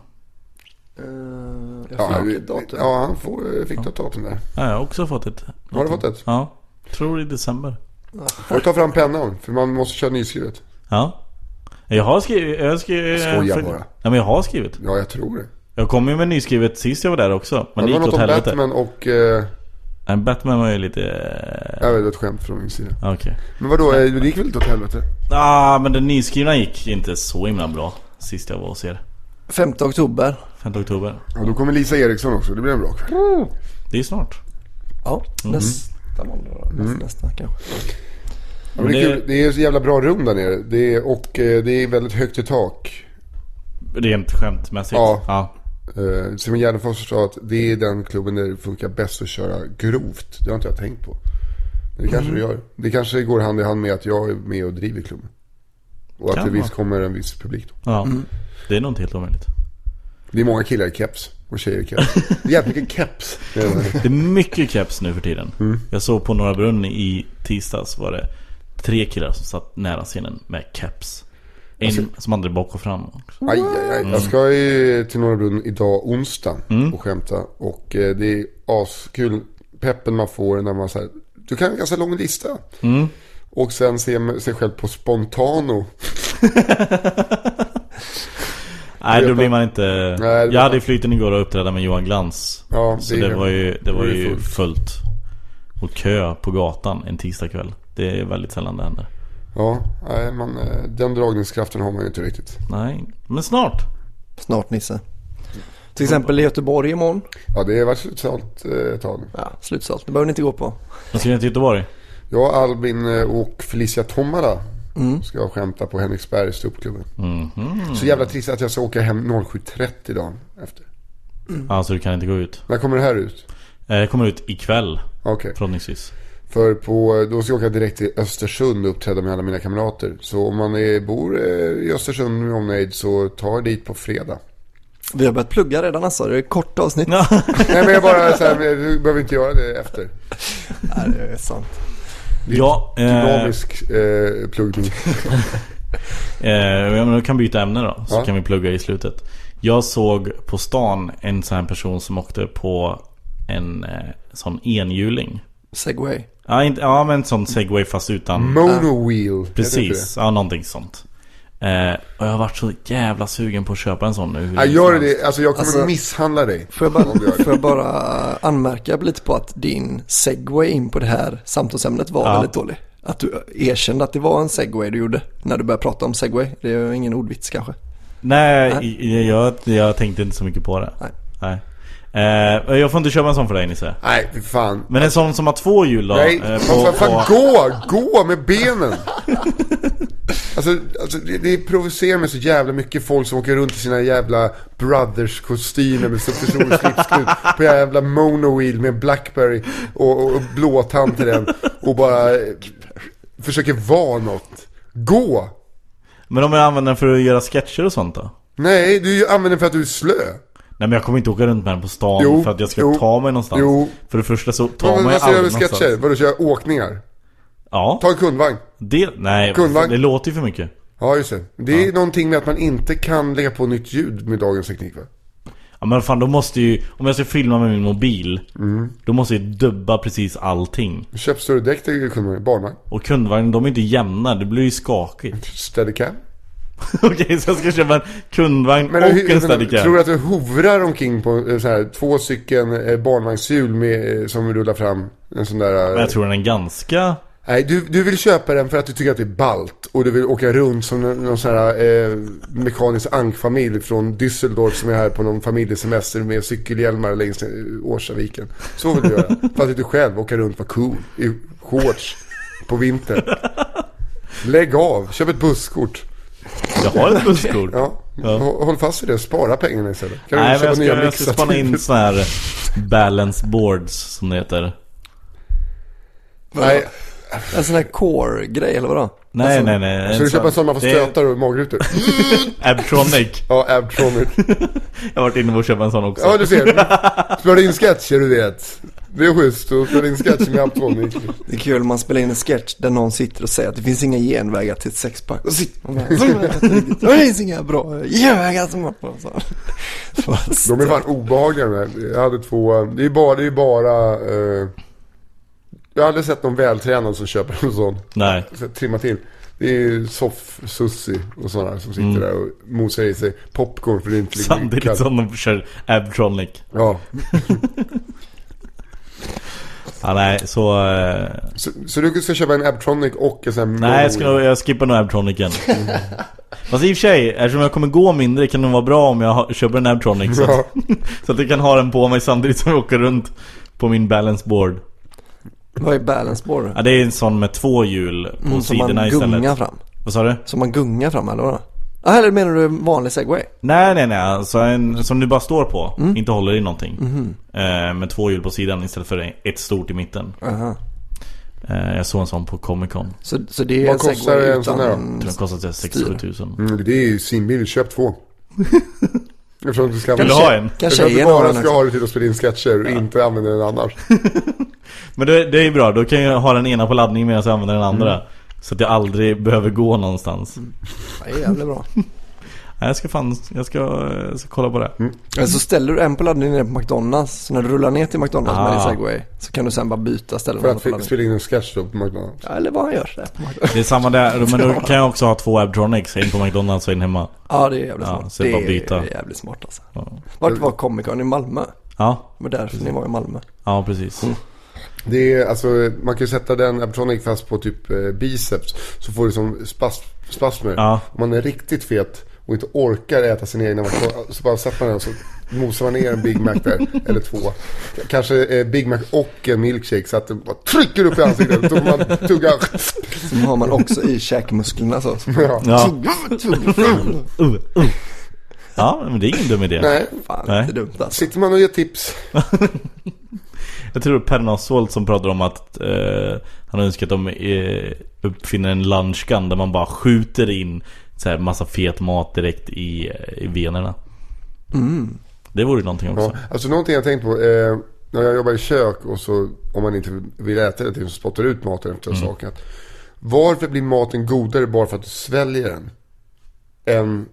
S3: Ehm, jag
S2: Ja,
S3: fick
S2: vi-
S3: ett datum.
S2: ja, han får, eh, fick ta datum där.
S1: Ja, jag har också fått ett.
S2: Har du fått
S3: Ah.
S2: ett?
S1: Ja. Tror i december.
S2: Får du ta fram pennan? För man måste köra nyskrivet.
S1: Ja. Jag har skrivit... Jag har skrivit
S2: Skoja bara.
S1: Nej men jag har skrivit.
S2: Ja, jag tror det.
S1: Jag kom ju med nyskrivet sist jag var där också.
S2: Ja,
S1: Men
S2: det
S1: det gick
S2: var något
S1: åt
S2: om
S1: helvete.
S2: Batman och... Eh,
S1: Nej, Batman var ju lite...
S2: jag vet, ett skämt från min sida.
S1: Okej.
S2: Men vadå, eh, det gick väl inte åt helvete?
S1: Ah, men den nyskrivna gick inte så himla bra. Sist jag var hos er.
S3: 5 oktober.
S1: 5 oktober.
S2: Ja, då kommer Lisa Eriksson också. Det blir en bra kväll.
S1: Mm. Det är snart.
S3: Ja, nästa måndag då. Nästa, nästa kanske.
S2: Ja, men det, är
S1: Men det-
S2: kul. det är så jävla bra rum där nere. Det är, och eh, det är väldigt högt i tak.
S1: Rent skämtmässigt.
S2: Ja.
S1: ja.
S2: Eh, Simon Gärdenfors sa att det är den klubben där det funkar bäst att köra grovt. Det har inte jag tänkt på. Det kanske
S1: Mm.
S2: det gör. Det kanske går hand i hand med att jag är med och driver klubben. Och att
S1: Kan
S2: det visst
S1: vara.
S2: kommer en viss publik då.
S1: Ja, det är nog inte helt omöjligt.
S2: Det är många killar i keps och tjejer i keps. Det är jävligt mycket keps.
S1: Det är mycket keps nu för tiden.
S2: Mm.
S1: Jag såg på Norra Brunn i tisdags var det tre killar som satt nära scenen med keps. En
S2: Alltså-
S1: som hade det bak och fram också.
S2: Aj, aj, aj. Jag ska ju till Norra Brunn idag onsdag och skämta. Och eh, det är askul peppen man får när man så här, Du kan en ganska lång lista. Och sen se sig själv på Spontano.
S1: Nej, då
S2: vet
S1: blir
S2: jag.
S1: man inte...
S2: Nej, det vet
S1: jag hade ju flyten igår att uppträda med Johan Glans.
S2: Ja,
S1: så
S2: det är-
S1: det var ju, det var
S2: det är
S1: ju
S2: fullt.
S1: fullt. Och kö på gatan en tisdagkväll. Det är väldigt sällan det händer.
S2: Ja, nej, man, eh, den dragningskraften har man ju inte riktigt.
S1: Nej, men snart.
S3: Snart Nisse. Till exempel i Göteborg imorgon.
S2: Ja, det har varit slutsålt eh, ett tag nu.
S3: Ja, slutsålt. Det behöver ni inte gå på.
S1: Jag ska ner till Göteborg.
S2: Jag, Albin eh, och Felicia Tomara ska skämta på Henriksbergs ståuppklubben. Så jävla trist att jag ska åka hem 07.30 dagen efter. Mm.
S1: Ja, så du kan inte gå ut.
S2: När kommer det här ut?
S1: Eh, Jag kommer ut ikväll
S2: Okej.
S1: förhoppningsvis.
S2: För på, då ska jag åka direkt till Östersund och uppträda med alla mina kamrater. Så om man är, bor eh, i Östersund med omnejd så ta er dit på fredag.
S3: Vi har börjat plugga redan alltså. Det är ett kort avsnitt.
S1: Ja.
S2: Nej men jag bara så här, men du behöver inte göra det efter.
S3: Nej, det är sant.
S1: Ja, eh,
S2: Dynamisk eh, pluggning.
S1: Eh, ja, men då kan vi byta ämne då, så
S2: Ja.
S1: kan vi plugga i slutet. Jag såg på stan en sån här person som åkte på en eh, sån enhjuling.
S3: Segway.
S1: Ja, inte, ja men en sån segway fast utan...
S2: Mm. Monowheel.
S1: Precis, ja någonting sånt. Eh, och jag har varit så jävla sugen på att köpa en sån nu. hur
S2: Ja,
S1: länge
S2: gör
S1: som helst.
S2: det. Alltså jag kommer
S3: Alltså-
S2: misshandla dig.
S3: Får jag, bara,
S2: Om du gör det.
S3: får jag bara anmärka lite på att din segway in på det här samtalsämnet var väldigt dålig. Att du erkände att det var en segway du gjorde när du började prata om segway. Det är ju ingen ordvits kanske.
S2: Äh.
S1: Nej, Jag, jag, jag tänkte inte så mycket på det. Nej. Eh, jag får inte köpa en sån för dig Nisse.
S2: Nej, fy fan.
S1: Men en sån som har två hjul då?
S2: Nej,
S1: eh,
S2: man ska fan gå! Gå med benen! Alltså, alltså det, det provocerar mig så jävla mycket folk som åker runt i sina jävla brothers-kostymer med substitutions slipsknut på jävla monowheel med Blackberry och, och, och blåtand till den och bara eh, försöker vara något. Gå!
S1: Men om jag använder den för att göra sketcher och sånt då?
S2: Nej, du använder den för att du är slö.
S1: Nej men jag kommer inte åka runt med den på stan
S2: Jo,
S1: för att jag ska
S2: jo,
S1: ta mig någonstans.
S2: jo.
S1: För det första så tar
S2: Vad
S1: man ju
S2: vad ska du göra
S1: aldrig
S2: med sketcher?
S1: någonstans.
S2: Vadå, köra åkningar?
S1: Ja,
S2: Ta en kundvagn.
S1: det, nej,
S2: Kundvagn.
S1: det låter ju för mycket.
S2: Ja, just det. Det är någonting med att man inte kan lägga på nytt ljud med dagens teknik va?
S1: Ja men fan då måste ju, om jag ska filma med min mobil,
S2: Mm.
S1: då måste jag ju dubba precis allting.
S2: Köp större däck till kundvagn, barnvagn,
S1: Och kundvagnen, de är inte jämna, det blir ju skakigt.
S2: steadicam.
S1: Okej, så jag ska köpa en kundvagn
S2: Men
S1: och
S2: hur-
S1: en
S2: men
S1: steadicam.
S2: Tror du att du hovrar omkring på eh, så här, två stycken eh, barnvagnshjul med, eh, som rullar fram? En sån där... eh,
S1: Jag tror den är ganska...
S2: Nej, du, du vill köpa den för att du tycker att det är ballt och du vill åka runt som någon, någon sån här eh, mekanisk ankfamilj från Düsseldorf som är här på någon familjesemester med cykelhjälmar längs eh, Årstaviken. Så vill du göra. Fast inte själv, åka runt och vara cool i shorts på vintern. Lägg av, köp ett busskort.
S1: Jag har ett busskort.
S2: Ja, hå- håll fast vid det. Spara pengarna istället. Kan
S1: Nej men
S2: köpa
S1: jag ska,
S2: nya
S1: jag ska
S2: mixar
S1: spana
S2: till-
S1: in såna här balance boards som det heter.
S2: Nej,
S3: En sån här core-grej eller vadå?
S1: Nej nej nej. en
S2: ska du köpa en sån man får
S1: det är
S2: stötar och magrutor?
S1: Abtronic.
S2: Ja, Abtronic.
S1: Jag har varit inne och köpt en sån också.
S2: Ja, du ser. Spela in sketcher, du vet. Det är schysst att spela in sketcher med Abtronic.
S3: Det är kul om man spelar in en sketch där någon sitter och säger att det finns inga genvägar till ett sexpack. Och sitter man bara, "Så vet jag inte riktigt. det finns inga bra genvägar som man får. Så. Fast-
S2: De är fan obehagliga de här. Jag hade två, det är ju bara, det är ju bara eh, jag har aldrig sett någon vältränad som köper en sån.
S1: Nej.
S2: Så här, Trimma till. Det är ju soff, sussi och sådana som sitter där och mosar i sig popcorn för det är inte lika
S1: Mm. Samtidigt som de kör Abtronic.
S2: Ja,
S1: Ja, nej så... eh,
S2: så, så du ska köpa en Abtronic och en sån här
S1: nej jag, ska, nog- jag skippar nog Abtronicen. Fast i och för sig, eftersom jag kommer gå mindre kan det vara bra om jag har- köper en Abtronic. Så
S2: Ja.
S1: att, så att jag kan ha den på mig samtidigt som jag åker runt på min balance board.
S3: Vad är balance board?
S1: Ja, det är en sån med två hjul på
S3: Mm, som man
S1: sidorna
S3: gungar
S1: istället.
S3: fram.
S1: Vad sa du?
S3: Som man gungar fram eller vadå? Ah, eller menar du vanlig segway?
S1: Nej nej nej, alltså en som du bara står på, inte håller i någonting. Eh, med två hjul på sidan istället för ett stort i mitten.
S3: Aha.
S1: Eh, jag såg en sån på Comic Con.
S3: Så, så det är
S2: Vad kostar
S3: segway
S2: en sån här då?
S1: Den kostade typ 6-7 tusen.
S2: Mm, det är ju svinbilligt, köp två. Eftersom du ska
S1: Vill du ha en?
S3: Kanske
S2: Eftersom du
S3: är någon
S2: bara
S3: annan.
S2: ska ha det till att spela in sketcher och inte använda den annars.
S1: Men det, det är ju bra, då kan jag ha den ena på laddning medan jag använder den andra. Så att jag aldrig behöver gå någonstans.
S3: Det är jävligt bra.
S1: Nej, jag ska fan, jag ska, jag ska kolla på det.
S3: Eller så ställer du en på laddning nere på McDonalds. Så när du rullar ner till McDonalds med din
S1: Ah.
S3: segway så kan du sen bara byta ställe.
S2: För
S3: med
S2: att
S3: på
S2: fi-
S3: laddning.
S2: spela in en sketch då på McDonalds.
S3: Ja, eller vad han gör. där på McDonald's.
S1: Det är samma där, men då kan jag också ha två Abtronics. En på McDonalds och en hemma.
S3: Ja, det är jävligt
S1: Ja,
S3: smart.
S1: så det är bara att byta.
S3: är jävligt smart alltså.
S1: Ja.
S3: Vart var Comic Con? I Malmö?
S1: Ja,
S3: Det var därför ni var i Malmö.
S1: ja precis.
S2: Det är, alltså, man kan ju sätta den Abtronic fast på typ eh, biceps så får du som spas, spasmer.
S1: Ja.
S2: Om man är riktigt fet och inte orkar äta sin egna McDonald's, så bara sätter man den så mosar man ner en Big Mac där, eller två. Kanske eh, Big Mac och en milkshake så att den bara trycker upp i ansiktet. Då får man tugga.
S3: Som har man också i käkmusklerna så.
S2: Ja.
S1: Ja. Uh, uh. ja, men det är ingen dum idé.
S2: Nej,
S3: Fan,
S1: Nej.
S3: inte dumt alltså.
S2: sitter man och ger tips.
S1: Jag tror det är Per Nasold som pratar om att eh, han önskar att de eh, uppfinner en lunchgun där man bara skjuter in så här massa fet mat direkt i, eh, i venerna. Det vore ju någonting också.
S2: Ja, alltså någonting jag tänkt på. Eh, när jag jobbar i kök och så om man inte vill äta det så spottar ut maten efter mm. saken. Varför blir maten godare bara för att du sväljer den? Än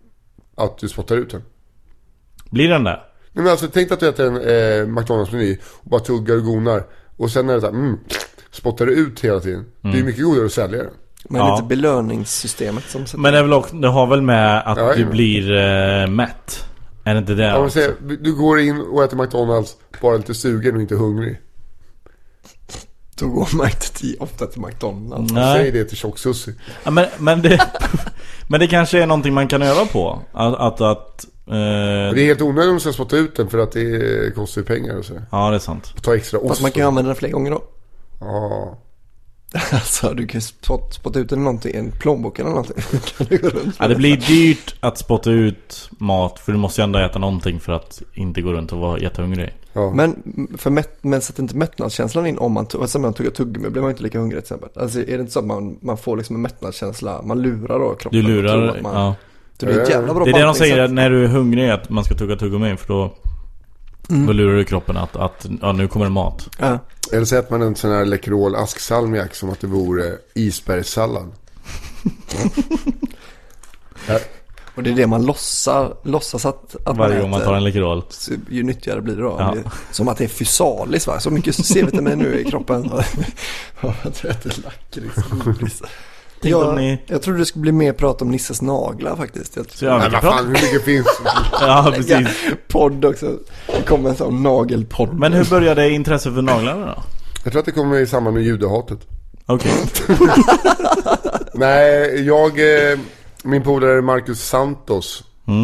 S2: att du spottar ut den?
S1: Blir den det?
S2: Nej, men alltså, tänk dig att du äter en eh, McDonalds-meny och bara tuggar och gonar. Och sen är det så här, mm, spottar det ut hela tiden. Det är ju mycket godare att sälja det.
S3: Men
S1: Ja.
S3: lite belöningssystemet som sätter
S1: Men det, är väl också, det har väl med att
S2: Ja,
S1: du
S2: ja.
S1: blir eh, mätt? Är det inte det?
S2: Om man säger, du går in och äter McDonalds, bara lite sugen och inte hungrig.
S3: Då går man inte till, ofta till McDonalds.
S2: Säg
S1: Nej.
S2: det till tjock-Sussie.
S1: Ja, men, men, det, men det kanske är någonting man kan öva på? Att... att, att eh,
S2: Det är helt onödigt om du ska spotta ut den för att det eh, kostar ju pengar och så.
S1: Ja, det är sant.
S2: Ta extra ost.
S3: Fast man kan ju använda den fler gånger då.
S2: Ja.
S3: Alltså du kan ju spot- spotta ut den i någonting, en plånbok eller någonting. Kan du gå runt
S1: Ja,
S3: med
S1: det
S3: den?
S1: blir dyrt att spotta ut mat för du måste ju ändå äta någonting för att inte gå runt och vara jättehungrig.
S2: ja.
S3: Men, för mätt, men sätter inte mättnadskänslan in om man, to- alltså, om man tuggar tuggummi blir man ju inte lika hungrig till exempel. Alltså är det inte så att man, man får liksom en mättnadskänsla, man lurar då kroppen.
S1: Du
S3: och tror
S1: lurar...
S3: att man,
S1: Ja.
S3: Det blir ett jävla bra
S1: Det är det de säger att
S3: bantningssätt.
S1: när du är hungrig att man ska tugga tuggummi för då,
S2: Mm.
S1: då lurar du kroppen att, att ja, nu kommer det mat.
S3: Ja.
S2: Eller så äter man en sån här Läkerol asksalmiak som att det vore isbergssallad. ja.
S3: Och det är det man låtsar, låtsas att, att
S1: Varje gång man
S3: äter.
S1: tar en Läkerol.
S3: Så ju nyttigare blir det då.
S1: Ja.
S3: Det är Som att det är fysalis va? Så mycket C-vitamin nu i kroppen. Har man ätit lakrits godis.
S1: Tänk om
S3: Jag,
S1: ni-
S3: liksom. jag trodde det skulle bli mer prat om Nisses naglar faktiskt. Jag
S1: Så jag
S2: Nej,
S1: kan
S2: vad
S1: prata.
S2: fan, hur mycket finns?
S1: Ja, precis.
S3: Podd också. Det kommer en sån nagelpodd.
S1: Men hur började intresset för naglarna då?
S2: Jag tror att det kommer i samband med judehatet.
S1: Okej.
S2: Nej, jag... eh, Min polare Marcus Santos.
S1: Mm.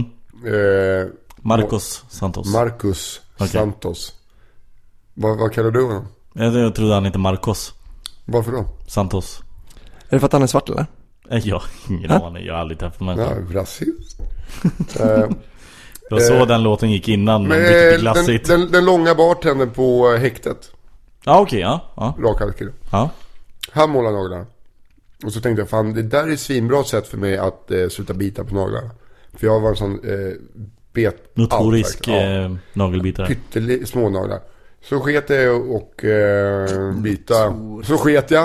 S2: Eh,
S1: Marcos Santos.
S2: Marcus
S1: Okej.
S2: Santos. Vad, vad kallar du honom?
S1: jag, jag trodde han hette Marcos
S2: Varför då?
S1: Santos.
S3: Är det för att han är svart eller?
S1: Eh, Jag har ingen aning, jag har aldrig träffat
S2: Ja,
S1: människan.
S2: rasist. eh,
S1: Det var så
S2: Eh,
S1: den låten gick innan, men
S2: men,
S1: riktigt
S2: eh, den,
S1: glassigt.
S2: den, den långa bartendern på eh, häktet.
S1: Ja okej, ja. ja,
S2: Rakad kille.
S1: ja.
S2: Han målar naglarna. Och så tänkte jag, fan det där är ett svinbra sätt för mig att eh, sluta bita på naglarna. För jag var en sån eh, bet...
S1: Notorisk
S2: allt, verkligen.
S1: eh,
S2: Typ.
S1: nagelbitare.
S2: Pytteli- små naglar. Så sket jag och eh, bita. Så sket jag.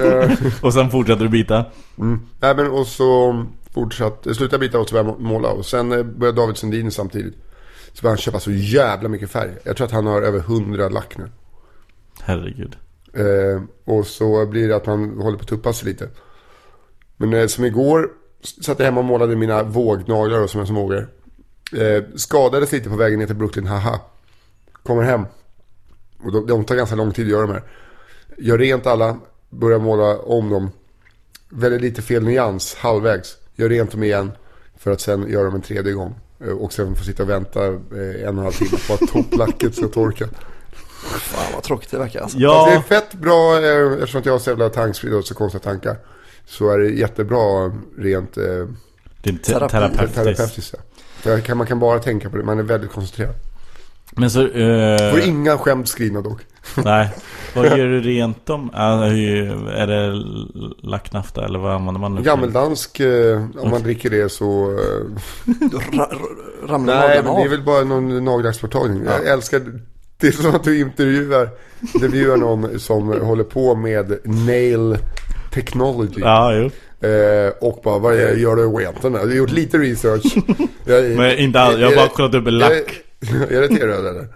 S2: eh,
S1: Och sen fortsätter du bita.
S2: nej men och så fortsatte, slutade bita och så började jag måla. Och sen eh, började David Sundin samtidigt. Så började han köpa så jävla mycket färg. Jag tror att han har över 100 lack nu.
S1: Herregud.
S2: Eh, och så blir det att man håller på att tuppa sig lite. Men eh, som igår s- satt jag hemma och målade mina vågnaglar och som jag som vågar. Eh, skadades lite på vägen ner till Brooklyn, haha. Kommer hem. Och de, de tar ganska lång tid att göra de här. Gör rent alla, börjar måla om dem. Väldigt lite fel nyans, halvvägs. Gör rent dem igen. För att sen göra dem en tredje gång. Eh, Och sen få sitta och vänta eh, en och en halv timme på att topplacket ska torka.
S3: Fan vad tråkigt det verkar alltså.
S2: Fast
S1: Ja,
S2: det är fett bra, eh, eftersom att jag har så jävla tankspridd och så konstiga tankar. Så är det jättebra rent eh,
S1: det är te-
S3: Terapi-
S1: terapeutiskt.
S2: terapeutiskt. ja. För jag kan, man kan bara tänka på det, man är väldigt koncentrerad.
S1: Men så... eh,
S2: Får inga skämt skrivna dock.
S1: nej. Vad gör du rent dem? Ah, hur- är det l- lacknafta eller vad använder man nu?
S2: Gammeldansk, eh, om man dricker det så... Eh,
S1: Mm.
S3: Då ra- ra- ramlar
S2: nej, men
S3: naglarna
S2: det är
S3: av.
S2: väl bara någon nagellacksborttagning. Jag älskar... Det är som att du intervjuar, intervjuar någon som håller på med nail technology.
S1: Ja, jo.
S2: Eh, och bara, vad är- gör du rent den här? Jag har gjort lite research. Jag,
S1: Men inte alls, jag har
S2: är-
S1: bara kollat upp en lack.
S2: Är, är det till röd eller?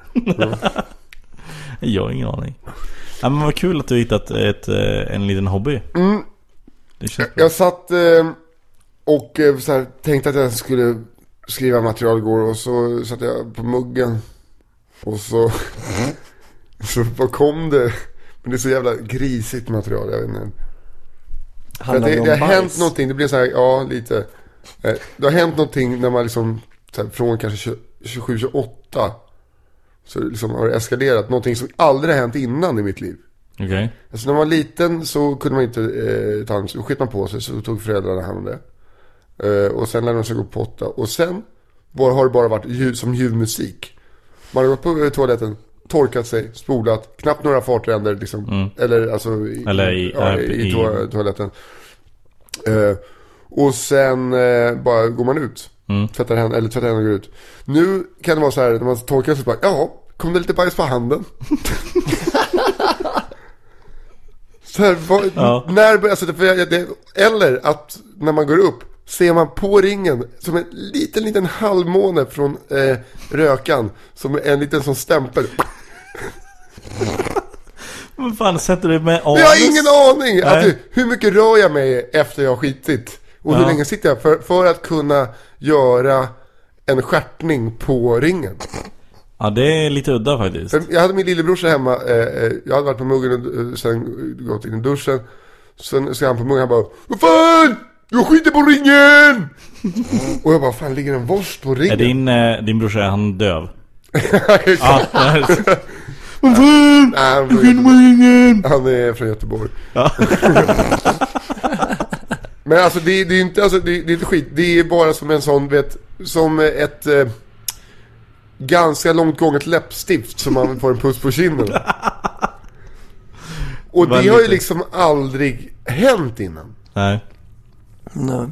S1: Jag har ingen aning. Ja, men vad kul att du hittat ett, eh, en liten hobby. Det känns bra.
S2: Jag satt eh, och eh, så här, tänkte att jag skulle skriva material igår och så satt jag på muggen. Och så, så bara kom det. Men det är så jävla grisigt material, jag vet inte. För att
S3: Handlar
S2: det,
S3: om
S2: det har
S3: bajs?
S2: hänt någonting, det blir så här, ja lite. Eh, Det har hänt någonting när man liksom, så här, från kanske 27-28. Så liksom har det eskalerat, någonting som aldrig har hänt innan i mitt liv.
S1: Okej.
S2: Alltså när man var liten så kunde man inte eh, ta hand om sig. Då skit man på sig så tog föräldrarna hand om det. Eh, och sen lärde de sig gå på åtta. Och sen bara, har det bara varit ljud, som ljudmusik. Man har gått på eh, toaletten, torkat sig, spolat, knappt några fartränder liksom. Eller alltså i,
S1: Mm. Eller i-
S2: ja,
S1: äh,
S2: i,
S1: i-
S2: toa- toaletten. Eh, och sen eh, bara går man ut.
S1: Mm.
S2: Tvättar händerna, eller tvättar händerna och går ut. Nu kan det vara så här när man torkar sig bara, ja, kom det lite bajs på handen? Så här, vad,
S1: Ja.
S2: när, bör- alltså, det- för jag, det, eller att när man går upp, ser man på ringen som en liten, liten halvmåne från eh, rökan. Som en liten sån stämpel.
S1: Vad fan sätter du med anus?
S2: Jag har ingen aning!
S1: Nej.
S2: Alltså, hur mycket rör jag mig efter jag har skitit? Och hur
S1: Ja.
S2: länge sitter jag? För, för att kunna göra en skärtning på ringen.
S1: Ja det är lite udda faktiskt.
S2: För Jag hade min lillebrorsa hemma, eh, eh, jag hade varit på muggen och eh, sen gått in i duschen. Sen ska han på muggen, han bara Vad fan! Jag skiter på ringen! och jag bara, fan ligger en vorst på
S1: Är
S2: ringen?
S1: din, eh, din brorsa, är han döv?
S2: Exakt.
S1: Ja, det
S2: Nej, han, är från Göteborg. han är från Göteborg. Men alltså det, det är ju inte, alltså, det, det är inte skit. Det är bara som en sån, vet, som ett eh, ganska långt gånget läppstift som man får en puss på kinden. Och det har ju
S1: Väldigt.
S2: liksom aldrig hänt innan.
S1: nej.
S3: Nej.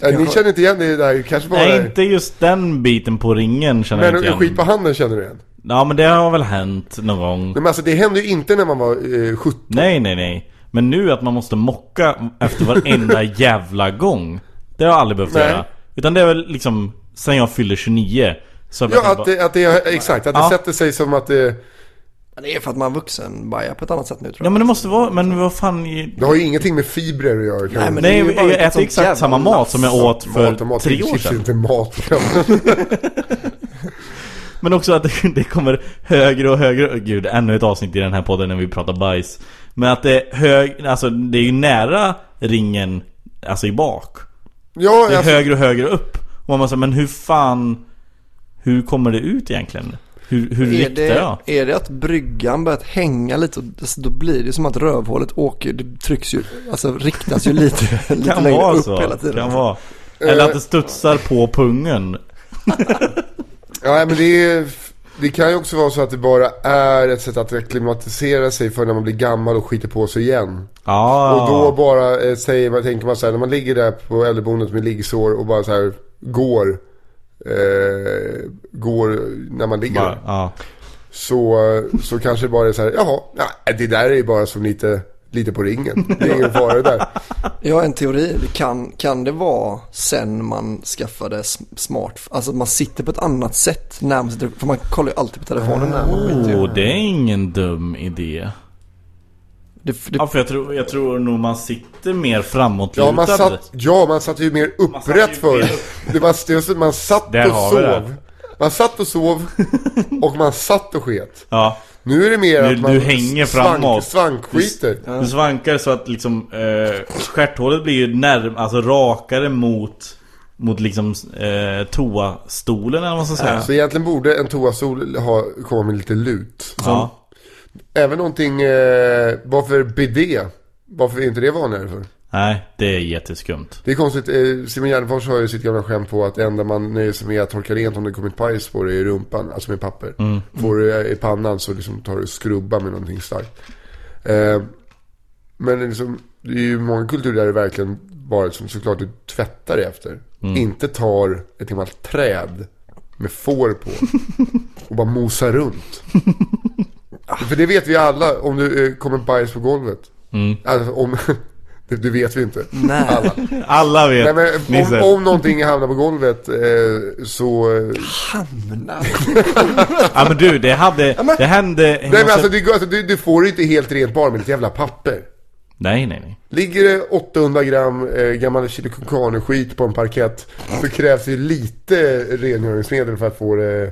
S2: Äh, ni känner inte igen det där, kanske bara...
S1: nej, inte just den biten på ringen känner jag
S2: men
S1: inte igen.
S2: skit på handen känner du igen.
S1: Ja men det har väl hänt någon gång.
S2: Men alltså det hände ju inte när man var eh, 17.
S1: Nej, nej, nej. Men nu att man måste mocka efter varenda jävla gång. Det har jag aldrig behövt
S2: Nej.
S1: göra. Utan det är väl liksom sen jag fyller 29. Så har jag
S2: Ja,
S1: verkligen
S2: att det, att det, exakt. Att det
S1: Ja.
S2: sätter sig som att det...
S3: Men det är för att man vuxen bajar på ett annat sätt nu tror
S1: Ja
S3: jag.
S1: men det måste vara, men vad fan i-
S2: Det har ju ingenting med fibrer att göra kan
S3: Nej, men det är
S1: Nej
S3: ju bara
S1: jag
S3: ett
S1: äter
S3: sånt jävla
S1: exakt samma mat som jag åt för
S2: mat och mat.
S1: tre
S2: chips
S1: år
S2: är
S1: sedan
S2: inte mat.
S1: Men också att det- det kommer högre och högre Åh, Gud, ännu ett avsnitt i den här podden när vi pratar bajs Men att det är hög, alltså det är ju nära ringen Alltså i bak
S2: ja,
S1: Det är
S2: alltså,
S1: högre och högre upp Och man säger, men hur fan Hur kommer det ut egentligen? Hur, hur
S3: Är
S1: riktar
S3: det,
S1: jag?
S3: är det att bryggan börjat hänga lite, och- alltså, då blir det som att rövhålet åker, det trycks ju, alltså riktas ju lite, lite
S1: Kan
S3: längre
S1: vara
S3: upp
S1: så,
S3: hela tiden.
S1: kan vara Eller att det studsar på pungen
S2: ja, men det, är, det kan ju också vara så att det bara är ett sätt att akklimatisera sig för när man blir gammal och skiter på sig igen.
S1: Ja,
S2: Och då bara eh, säger man, tänker man så här, när man ligger där på äldreboendet med liggsår och bara så här går. Eh, går när man ligger
S1: bara,
S2: där.
S1: ja.
S2: Så, så kanske det bara är så här, jaha, nej, det där är ju bara som lite, lite på ringen. Det är ingen fara där.
S3: Jag har en teori. Det kan, kan det vara sen man skaffade sm- smart... Alltså man sitter på ett annat sätt när man sitter... För man kollar ju alltid på telefonen när man skiter ju.
S1: Oh, det är ingen dum idé
S3: det, det,
S1: Ja för jag tror, jag tror nog man sitter mer framåtlutad
S2: Ja man, satt, ja, man satt ju mer
S1: satt ju
S2: upprätt
S1: mer
S2: förr. Det var just att man satt
S1: Där
S2: och
S1: har vi
S2: sov. Man satt och sov och man satt och sket.
S1: Ja,
S2: Nu är det mer
S1: Nu-
S2: att man
S1: du hänger framåt.
S2: svankskiter.
S1: du svankar så att liksom eh, stjärthålet blir ju närm, alltså rakare mot mot liksom eh, toastolen eller vad man ska säga.
S2: Så egentligen borde en toastol ha, komma med lite lut.
S1: Ja.
S2: Även någonting, eh, varför bidé? Varför är inte det vanligare för?
S1: Nej, det är jätteskumt.
S2: Det är konstigt, eh, Simon Gärdenfors har ju sitt gamla skämt på att det enda man nöjer sig med att torka rent om det kommer ett pajs på det är rumpan, alltså med papper. Får du det i pannan så liksom tar du och skrubbar med någonting starkt. Eh, men liksom, det är ju många kulturer där det verkligen bara som såklart du tvättar dig efter. Inte tar ett gammalt träd med får på och bara mosar runt. För det vet vi alla, om du eh, kommer bajs på golvet. Alltså, om, det, det vet vi inte. Alla.
S1: Alla vet,
S2: Nej, men
S1: Nisse.
S2: om, om någonting hamnar på golvet eh, så... eh,
S1: Ja men du, det hade, det hände
S2: Nej men alltså, det, går- alltså du, du får det inte helt rent bara med ett jävla papper.
S1: nej, nej, nej.
S2: Ligger det 800 gram eh, gammal chili con carne-skit på en parkett så krävs det lite rengöringsmedel för att få det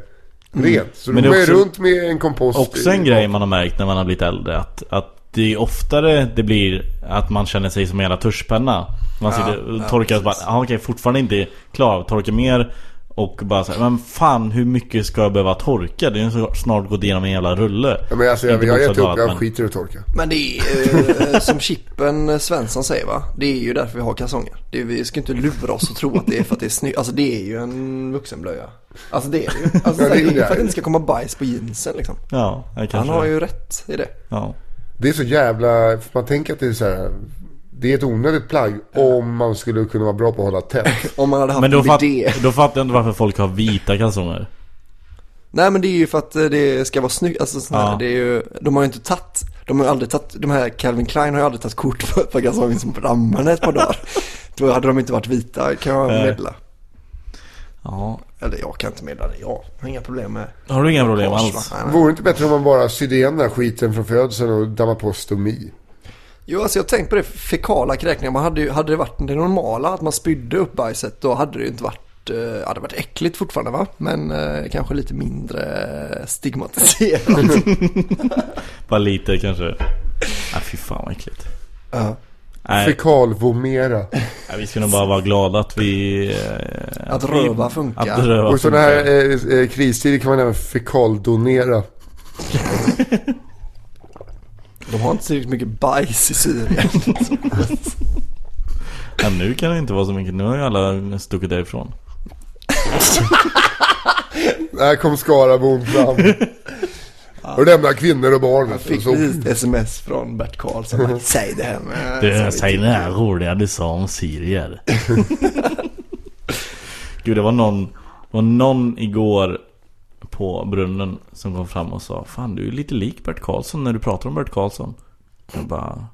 S2: rent. Så
S1: Mm. Men
S2: du
S1: det är
S2: går ju
S1: också-
S2: runt med en kompost.
S1: Också en grej man har märkt när man har blivit äldre att, att det är oftare det blir att man känner sig som en jävla tuschpenna. Man sitter och torkar och bara, ah, okej fortfarande inte klar, torka mer och bara såhär, men fan hur mycket ska jag behöva torka? Det är ju så- snart gått igenom en jävla rulle.
S2: Ja, men alltså, jag,
S1: Inte
S2: jag har gett upp,
S1: bokstavligt
S2: jag
S1: talat,
S2: skiter i att torka.
S3: men det är ju, eh, som Chippen Svensson säger va? Det är ju därför vi har kalsonger. Det är, vi ska inte lura oss och tro att det är för att det är snyggt. Alltså det är ju en vuxenblöja. Alltså det är det ju. Alltså,
S2: Ja, det är
S3: det är ju
S2: det.
S3: för att det inte ska komma bajs på jeansen liksom.
S1: men- Ja, jag
S3: Han
S1: kanske.
S3: har ju rätt i det.
S1: Ja.
S2: Det är så jävla... för Man tänker att det är så här... Det är ett onödigt plagg om man skulle kunna vara bra på att hålla tätt.
S3: Om man hade haft
S1: Men då,
S3: en
S1: fatt,
S3: idé.
S1: då fattar jag inte varför folk har vita kalsonger.
S3: Nej men det är ju för att eh, det ska vara snyggt, alltså sån här,
S1: Ja.
S3: det är ju, de har ju inte tagit De har ju aldrig tagit, de här Calvin Klein har ju aldrig tagit kort på ett par kalsonger som brann ett par dagar. Då hade de inte varit vita kan jag
S1: Nej.
S3: meddela.
S1: Ja.
S3: Eller jag kan inte meddela det, jag har inga problem med
S1: Har du inga problem
S3: Porsche,
S1: alls?
S3: va? Nej, nej.
S2: Vore det inte bättre om man bara sydde igen den här skiten från födseln och dammade på stomi?
S3: Jo, alltså jag tänkte på det, fekala kräkningar. Man hade, ju, hade det varit det normala att man spydde upp bajset då hade det ju inte varit, eh, ja, det hade varit äckligt fortfarande va? Men eh, kanske lite mindre stigmatiserat.
S1: Bara lite kanske. Nej fy fan vad äckligt.
S3: Ja.
S1: Nej,
S2: Fekalvomera.
S1: nej, vi ska nog bara vara glada att vi... eh,
S3: Att
S1: vi-
S3: röva funkar.
S1: Att röva
S2: Och i sådana
S1: funkar.
S2: här eh, eh, kristider kan man även fekaldonera.
S3: De har inte så mycket bajs i Syrien.
S1: Ja, nu kan det inte vara så mycket. Nu har ju alla stuckit därifrån.
S2: Där kom Skarabon fram. Och lämnar kvinnor och barn. Alltså,
S3: Fick
S2: Så-
S3: precis ett sms från Bert Karlsson. Bara, Säg det här med...
S1: Du, säg det här roliga du sa om syrier. Gud, det var någon, det var någon igår på brunnen som kom fram och sa Fan, du är lite lik Bert Karlsson när du pratar om Bert Karlsson. Jag bara...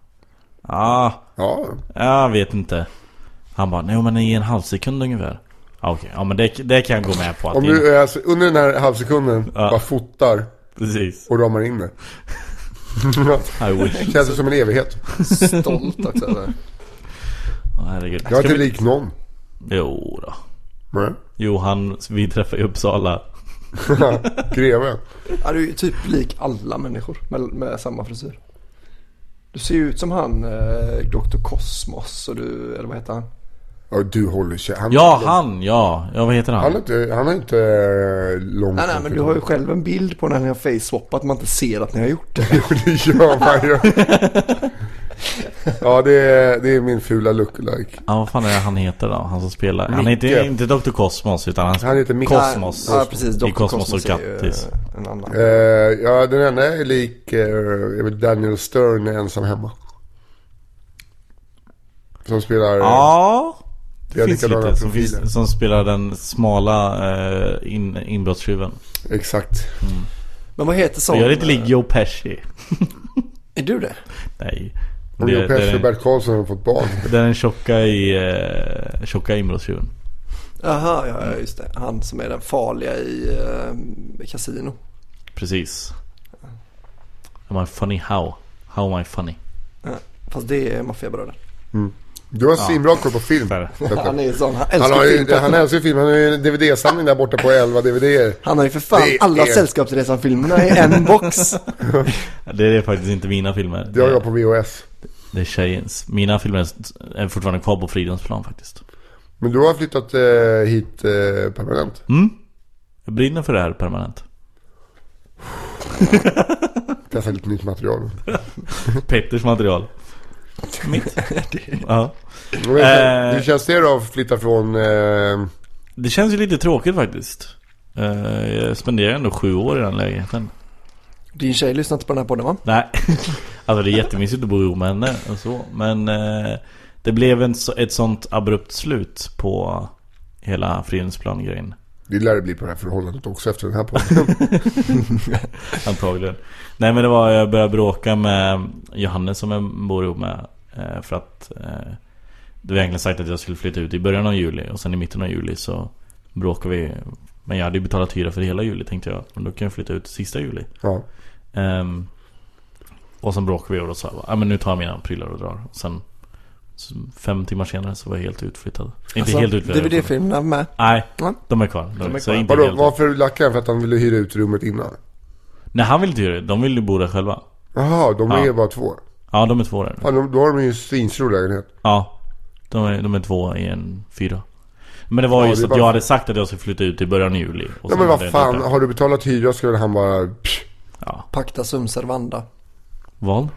S1: Ja,
S2: Ja,
S1: jag vet inte. Han bara, nej men i en halv sekund ungefär. Ja, okej, ja men det, det kan jag gå med på. Att
S2: om
S1: det-
S2: du eh, alltså, under den här halvsekunden bara fotar
S1: Precis.
S2: och ramar in det.
S1: I wish.
S2: Känns det som en evighet.
S3: Stolt också. alltså. eller?
S1: Åh, herregud.
S2: Jag är
S1: Ska
S2: inte
S1: vi...
S2: lik någon.
S1: Jo då.
S2: Nej.
S1: Jo, han vi träffade i Uppsala.
S2: Greven.
S3: Ja, du är ju typ lik alla människor med, med samma frisyr. Du ser ju ut som han, eh, Dr. Cosmos och du, eller vad heter han?
S2: Ja, du håller sig. Han,
S1: Ja, han ja. Ja, vad heter
S2: Han har inte, han har inte eh, långt
S3: Nej, nej, men du har ju själv en bild på när ni har face-swap att man inte ser att ni har gjort det.
S2: Jo, det gör man ju. Ja, det är, det är min fula lookalike.
S1: Ja, vad fan är det han heter då? Han som spelar? Han
S2: Micke.
S1: heter ju inte Dr. Kosmos utan han,
S2: Han heter Micke.
S1: Kosmos.
S3: Ja, precis.
S1: Det är
S3: Dr.
S1: Kosmos,
S3: Cosmos
S1: och
S3: är ju,
S1: Kattis.
S3: eh, en annan.
S2: Eh, ja, den enda är lik eh, är väl Daniel Stern i ensam hemma. Som spelar... eh,
S1: Ja.
S2: Vi
S1: Det
S2: har
S1: finns
S2: likadana
S1: lite som,
S2: profiler.
S1: finns, som spelar den smala eh, in, inbrottstjuven.
S2: Exakt.
S1: Mm.
S3: Men vad heter sån?
S1: Jag är lite lik
S2: eh.
S1: Joe Pesci.
S3: Är du det?
S1: Nej.
S2: Om
S1: Det-
S2: Joe Pesci
S1: det-
S2: och Bert Karlsson har fått barn.
S1: Det är den tjocka i... Eh, tjocka inbrottstjuven.
S3: Jaha, ja, ja, just det. Han som är den farliga i eh, Casino.
S1: Precis. Am I funny how? How am I funny?
S3: Ja, fast det är maffiabröder.
S2: Du har svinbra koll på film.
S1: Där.
S3: Han är ju sån, han älskar
S2: Han, har ju,
S3: film.
S2: han älskar ju film. Han har ju en DVD-samling där borta på 11 DVD-er.
S3: Han har ju för fan
S2: Det är-
S3: alla Sällskapsresan-filmerna i en box.
S1: Det är faktiskt inte mina filmer.
S2: Det har jag på VHS.
S1: Det är tjejens. Mina filmer är fortfarande kvar på Fridhems plan faktiskt.
S2: Men du har flyttat eh, hit eh, permanent.
S1: Mm. Jag brinner för det här permanent.
S2: Testa lite nytt material.
S1: Petters material. Mitt. ja.
S2: Men,
S1: Eh.
S2: Hur känns det då att flytta från... Eh,
S1: Det känns ju lite tråkigt faktiskt. Eh, Jag spenderar ändå sju år i den lägenheten.
S3: Din tjej lyssnar inte på den här podden va?
S1: Nej. Alltså det är jättemysigt att bo ihop med henne och så. Men eh, det blev en, så- ett sånt abrupt slut på hela Fridhemsplan-grejen.
S2: det lär det bli på det här förhållandet också efter den här podden.
S1: Antagligen. Nej men det var jag började bråka med Johannes som jag bor ihop med. eh, För att eh, det var egentligen sagt att jag skulle flytta ut i början av juli och sen i mitten av juli så bråkade vi. Men jag hade ju betalat hyra för hela juli tänkte jag. Men då kan jag flytta ut sista juli.
S2: ja.
S1: Ehm, och sen bråkade vi och då sa jag bara, "Ja, men nu tar jag mina prylar och drar. Och sen så fem timmar senare så var jag helt utflyttad. Inte
S3: Alltså,
S1: helt utflyttad.
S3: DVD-filmerna med.
S1: Nej,
S3: Ja.
S1: de är kvar. De,
S3: är
S1: så
S3: kvar.
S1: Inte
S2: Vadå,
S1: helt...
S2: varför lackade han? För att han ville hyra ut rummet innan?
S1: Nej han vill inte göra det. De vill ju bo där själva.
S2: Jaha, de är
S1: Ja.
S2: bara två.
S1: Ja de är två där nu.
S2: Fan, de, då har de ju en svinstor lägenhet.
S1: Ja, de är, de är två i en fyra. Men det var
S2: Ja,
S1: ju
S2: det
S1: så
S2: är
S1: att
S2: bara-
S1: jag hade sagt att jag skulle flytta ut i början av juli. Och
S2: Ja
S1: sen
S2: men
S1: hade
S2: vad
S1: jag
S2: fan,
S1: inte-
S2: har du betalat hyra skulle han bara... Psh,
S1: Ja,
S3: Pacta sum servanda.
S1: val?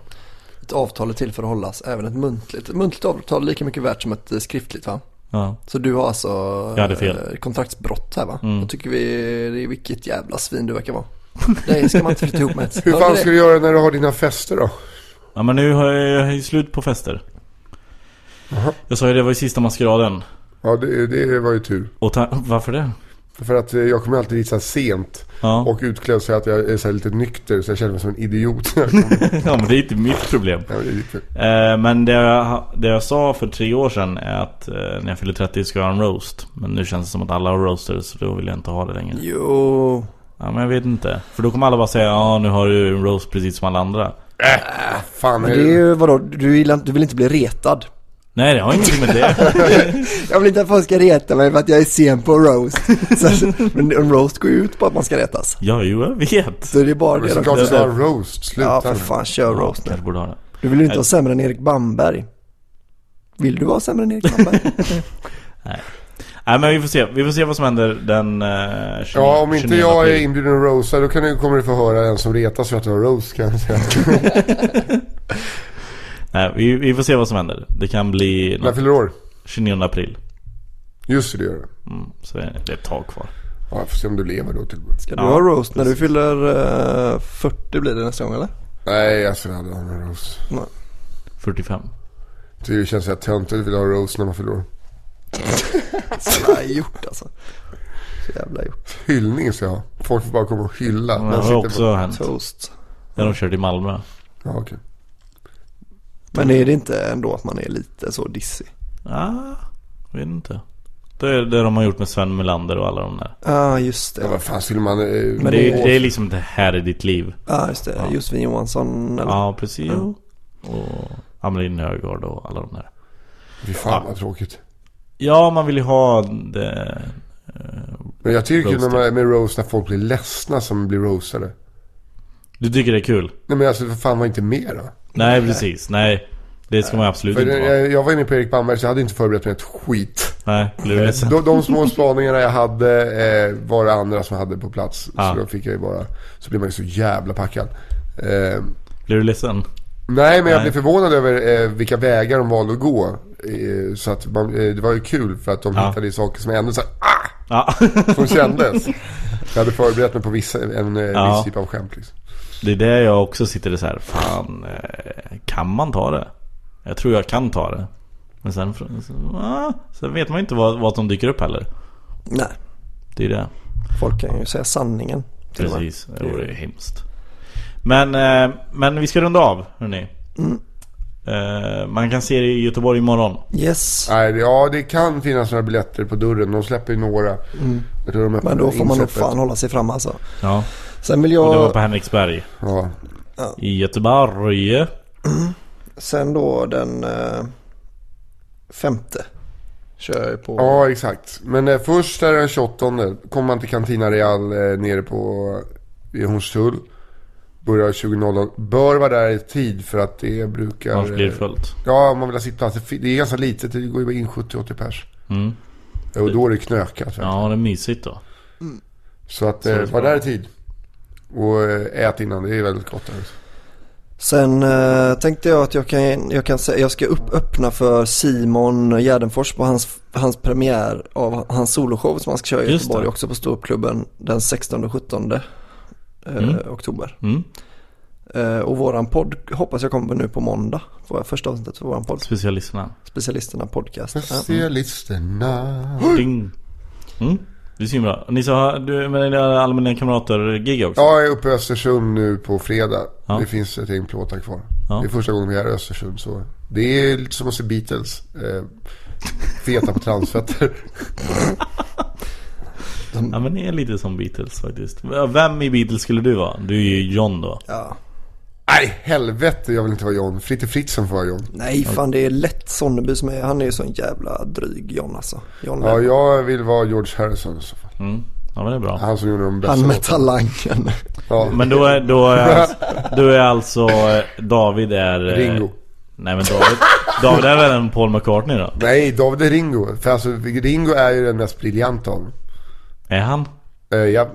S3: Ett avtal är till för att hållas, även ett muntligt. Ett muntligt avtal är lika mycket värt som ett eh, skriftligt va?
S1: Ja.
S3: Så du har alltså
S1: Jag hade fel. Mm.
S3: eh, kontraktsbrott här va? Då tycker vi det är vilket jävla svin du verkar vara. Det ska man inte flytta ihop med.
S2: hur
S3: Hörde
S2: fan
S3: det?
S2: ska du göra när du har dina fester då?
S1: ja men nu har jag, jag är ju slut på fester. Jag sa ju det var ju sista maskeraden.
S2: Ja, det, det var ju tur.
S1: Och ta- varför det?
S2: För att eh, jag kommer alltid dit så här sent
S1: Ja.
S2: och utklädd så att jag är så här lite nykter så jag känner mig som en idiot. när jag kommer.
S1: ja men det är inte mitt problem.
S2: Ja, det är lite-
S1: Eh, Men det jag, det jag sa för tre år sedan är att eh, när jag fyller 30 ska jag ha en roast. Men nu känns det som att alla har roasters så då vill jag inte ha det längre.
S3: Jo.
S1: Ja men jag vet inte. För då kommer alla bara säga ja nu har du en roast precis som alla andra.
S2: Fan,
S3: Men
S2: är
S3: det är
S2: det...
S3: ju vadå, du, gillar, inte- du vill inte bli retad.
S1: Nej det har ingenting med det.
S3: Jag vill inte att folk ska reta mig för att jag är sen på roast. Så, men en roast går ju ut på att man ska retas.
S1: Ja jo jag vet.
S3: Så det är bara
S2: Men
S3: det.
S2: såklart
S3: de-
S2: att jag har roast. Sluta
S3: Ja, för
S2: nu.
S3: fan, kör roast nu.
S1: Kanske borde ha det.
S3: Du vill ju inte vara sämre än Erik Bamberg. Vill du vara sämre än Erik Bamberg?
S1: Nej men vi får se. Vi får se vad som händer den eh, 29
S2: Ja, om inte
S1: 29
S2: jag är
S1: april.
S2: inbjuden att roasta då kan du, kommer du få höra en som retas för att du har roast kan jag säga.
S1: Nej vi, vi får se vad som händer. Det kan bli
S2: När
S1: något.
S2: fyller du år?
S1: 29 april.
S2: Just det, det gör du.
S1: Mm, så det är ett tag kvar.
S2: Ja, jag får se om du lever då till och med.
S3: Ska du ha roast när du fyller eh, 40 blir det nästa gång eller?
S2: Nej, alltså jag hade en roast.
S1: 45.
S2: Det känns så här töntigt att vilja ha roast när man fyller år.
S3: Jävla gjort alltså. Så jävla gjort.
S2: Hyllning ska jag ha. Folk får bara komma och hylla.
S1: Men
S2: Man
S1: det har
S2: sitter på-
S1: också hänt.
S3: Toast.
S1: När de körde i Malmö.
S2: Ja, okej.
S3: Men är det inte ändå att man är lite så dissig?
S1: Ah, jag vet inte. Det är det de har gjort med Sven Melander och alla de där.
S3: Ja, ah, just
S2: Ja,
S3: det.
S2: vad fan skulle man... eh,
S1: Men det, är, det är liksom det här är ditt liv.
S3: Ja, ah, just det. Josefin Johansson eller?
S1: Ja, precis. Och Amelin Högard och alla de där.
S2: Fy fan vad tråkigt.
S1: Ja, man vill ju ha det.
S2: Men jag tycker ju när
S1: Roasting.
S2: man är med roast när folk blir ledsna som blir roastade.
S1: Du tycker det är kul?
S2: Nej men alltså för fan var inte med då.
S1: Nej, precis. Nej, det ska man absolut
S2: För
S1: inte vara.
S2: jag, jag var inne på Erik Bamberg så jag hade inte förberett mig ett skit.
S1: Nej, blir du ledsen?
S2: De, de små spaningarna jag hade eh, var det andra som hade på plats.
S1: Ah.
S2: Så då fick jag ju bara... Så blev man ju så jävla packad. Eh,
S1: Blir du ledsen?
S2: nej men jag
S1: Nej.
S2: blev förvånad över eh, vilka vägar de valde att gå. Eh, så att man, eh, det var ju kul för att de
S1: Ja.
S2: hittade ju saker som jag ändå så här, ah!
S1: Ja,
S2: Som kändes. Jag hade förberett mig på vissa, en eh,
S1: Ja.
S2: viss typ av skämt liksom.
S1: det är det jag också sitter så här. Fan, eh, kan man ta det? Jag tror jag kan ta det. Men sen, så- ah, sen vet man ju inte vad, vad som dyker upp heller.
S3: Nej,
S1: Det är det.
S3: folk kan ju säga sanningen. till och med.
S1: Precis, det vore ju hemskt. Men, eh, men vi ska runda av hörni. Eh, Man kan se det i Göteborg imorgon.
S3: Yes.
S2: Nej, det- ja det kan finnas några biljetter på dörren. De släpper ju några. Jag tror de öppnar
S3: Mm. Men då får man nog
S2: insläppet.
S3: fan hålla sig fram alltså.
S1: Ja.
S3: Sen vill
S1: Och det var
S3: jag,
S1: på Henriksberg.
S2: Ja.
S1: I Göteborg.
S3: sen då den eh, femte. Kör jag på.
S2: Ja, exakt. Men eh, först är det den 28 kommer man till Cantina Real eh, nere på i Hornstull. Börjar 20.00. Bör vara där i tid för att det brukar...
S1: Annars blir det
S2: eh,
S1: fullt.
S2: Ja, om man vill ha sittplats. Det fi- Det är ganska litet. Det går ju bara in 70-80 pers.
S1: Mm.
S2: Eh, Och då är det knökat. va?
S1: Ja, det är mysigt då.
S2: Så att
S1: Så
S2: eh,
S1: det ska
S2: var där i
S1: vara.
S2: tid. Och eh, ät innan. Det är väldigt gott. Där.
S3: Sen eh, tänkte jag att jag kan, jag kan säga, jag ska upp, öppna för Simon Gärdenfors på hans, hans premiär av hans soloshow som han ska köra i
S1: Just
S3: Göteborg
S1: det.
S3: också på Ståuppklubben den 16 och 17 eh,
S1: Mm.
S3: oktober.
S1: Mm.
S3: Eh, och våran podd hoppas jag kommer nu på måndag. Får jag första avsnittet för våran podd.
S1: Specialisterna.
S3: Specialisterna podcast. Ja.
S2: Specialisterna.
S1: Ding. Mm. Det ser ju bra. Ni sa, du men det är allmänna kamrater-gig också?
S2: Ja, jag är uppe i Östersund nu på fredag.
S1: Ja.
S2: Det finns ett gäng plåtar kvar.
S1: Ja.
S2: Det är första gången vi är i Östersund. Så. Det är lite som att se Beatles. Eh, feta på transfetter.
S1: ja, men ni är lite som Beatles faktiskt. Vem i Beatles skulle du vara? Du är ju John då.
S3: Ja.
S2: Nej, helvete. Jag vill inte vara John. Fritte Fritzson får vara John.
S3: Nej fan det är lätt Sonneby som är, han är ju sån jävla dryg John alltså. John
S2: Ja,
S3: Lennon.
S2: jag vill vara George Harrison. i så fall.
S1: Mm. Ja, men det är bra.
S2: Han som gjorde de bästa
S3: Han med
S2: låtarna.
S3: talangen.
S2: Ja.
S1: Men då är, då är, alltså, då är alltså eh, David är... eh,
S2: Ringo.
S1: Nej men David, David är väl en Paul McCartney då?
S2: Nej, David är Ringo. För alltså, Ringo är ju den mest briljanta av dem.
S1: Är han?
S2: Eh, ja. Det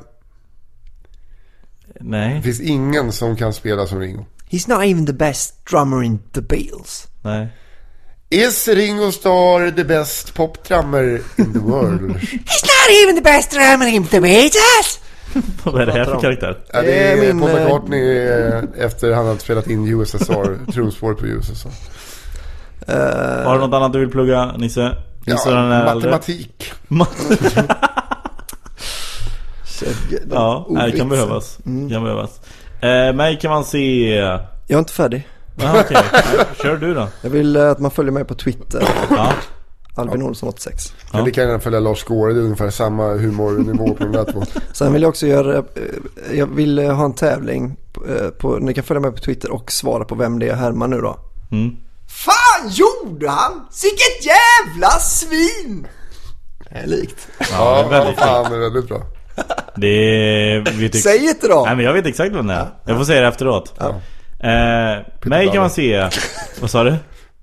S1: Nej.
S2: finns ingen som kan spela som Ringo.
S3: He's not even the best drummer in the Beatles.
S1: Nej.
S2: Is Ringo Starr the best pop drummer in the world?
S3: He's not even the best drummer in the Beatles!
S1: Vad är det här för karaktär?
S2: Ja, det
S3: Det är
S2: är
S3: min,
S2: Paul
S3: eh,
S2: McCartney eh, efter han hade spelat in USSR, trumspåret på USSR.
S1: Har du något annat du vill plugga Nisse? Nisse
S2: Ja,
S1: den är äldre.
S2: matematik.
S1: Mat- Ja, nej, det kan behövas. Det Kan behövas. Eh, mig kan man se...
S3: Jag är inte färdig.
S1: Ah, okej. Kör du då.
S3: Jag vill eh, att man följer mig på Twitter.
S1: Ja.
S3: Albin Olsson 86.
S2: Jag kan gärna följa Lars Gård, det är ungefär samma humornivå på de där två.
S3: Sen vill jag också göra, eh, jag vill eh, ha en tävling. eh, På, ni kan följa mig på Twitter och svara på vem det är Herman nu då.
S1: Mm.
S3: Fan gjorde han? Sicket jävla svin! Det är likt.
S2: Ja,
S1: det är väldigt
S2: fan, det är väldigt bra.
S1: Det är, vi tyck-
S3: Säg inte då!
S1: Nej men jag vet exakt vem det är. Jag får säga det efteråt. Eh, mig
S2: Dalle.
S1: kan man se... Vad sa du?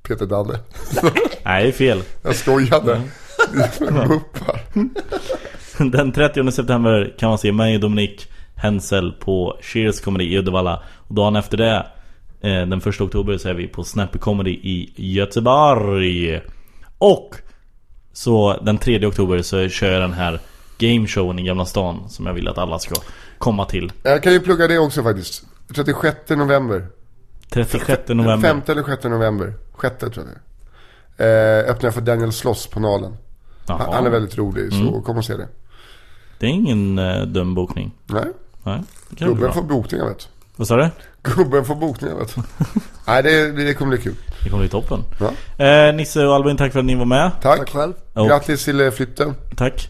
S2: Peter Dalle.
S1: Nej, det är fel.
S2: Jag skojade.
S1: Mm.
S2: Muppar.
S1: Den 30 september kan man se mig och Dominik Hensel på Cheers Comedy i Uddevalla. Och dagen efter det, eh, den 1 oktober, så är vi på Snapper Comedy i Göteborg. Och så den 3 oktober så kör jag den här gameshowen i Gamla stan som jag vill att alla ska komma till.
S2: Jag kan ju plugga det också faktiskt. 36 november.
S1: 36 november.
S2: 5 eller 6 november. 6 tror jag det är. Eh, öppnar jag för Daniel Sloss på Nalen. Han, han är
S1: Jaha, Mm.
S2: väldigt rolig, så kom och se det.
S1: det är ingen eh, dum bokning.
S2: Nej,
S1: Nej, det kan bli
S2: gubben
S1: bra.
S2: får bokningar vet du.
S1: Vad sa du?
S2: Gubben får bokningar vet du. Nej, det, det kommer bli kul.
S1: Det kommer bli toppen.
S2: Ja.
S1: Eh, Nisse och Albin, tack för att ni var med.
S2: Tack.
S3: Tack själv.
S1: Och,
S2: Grattis till eh, flytten.
S1: tack.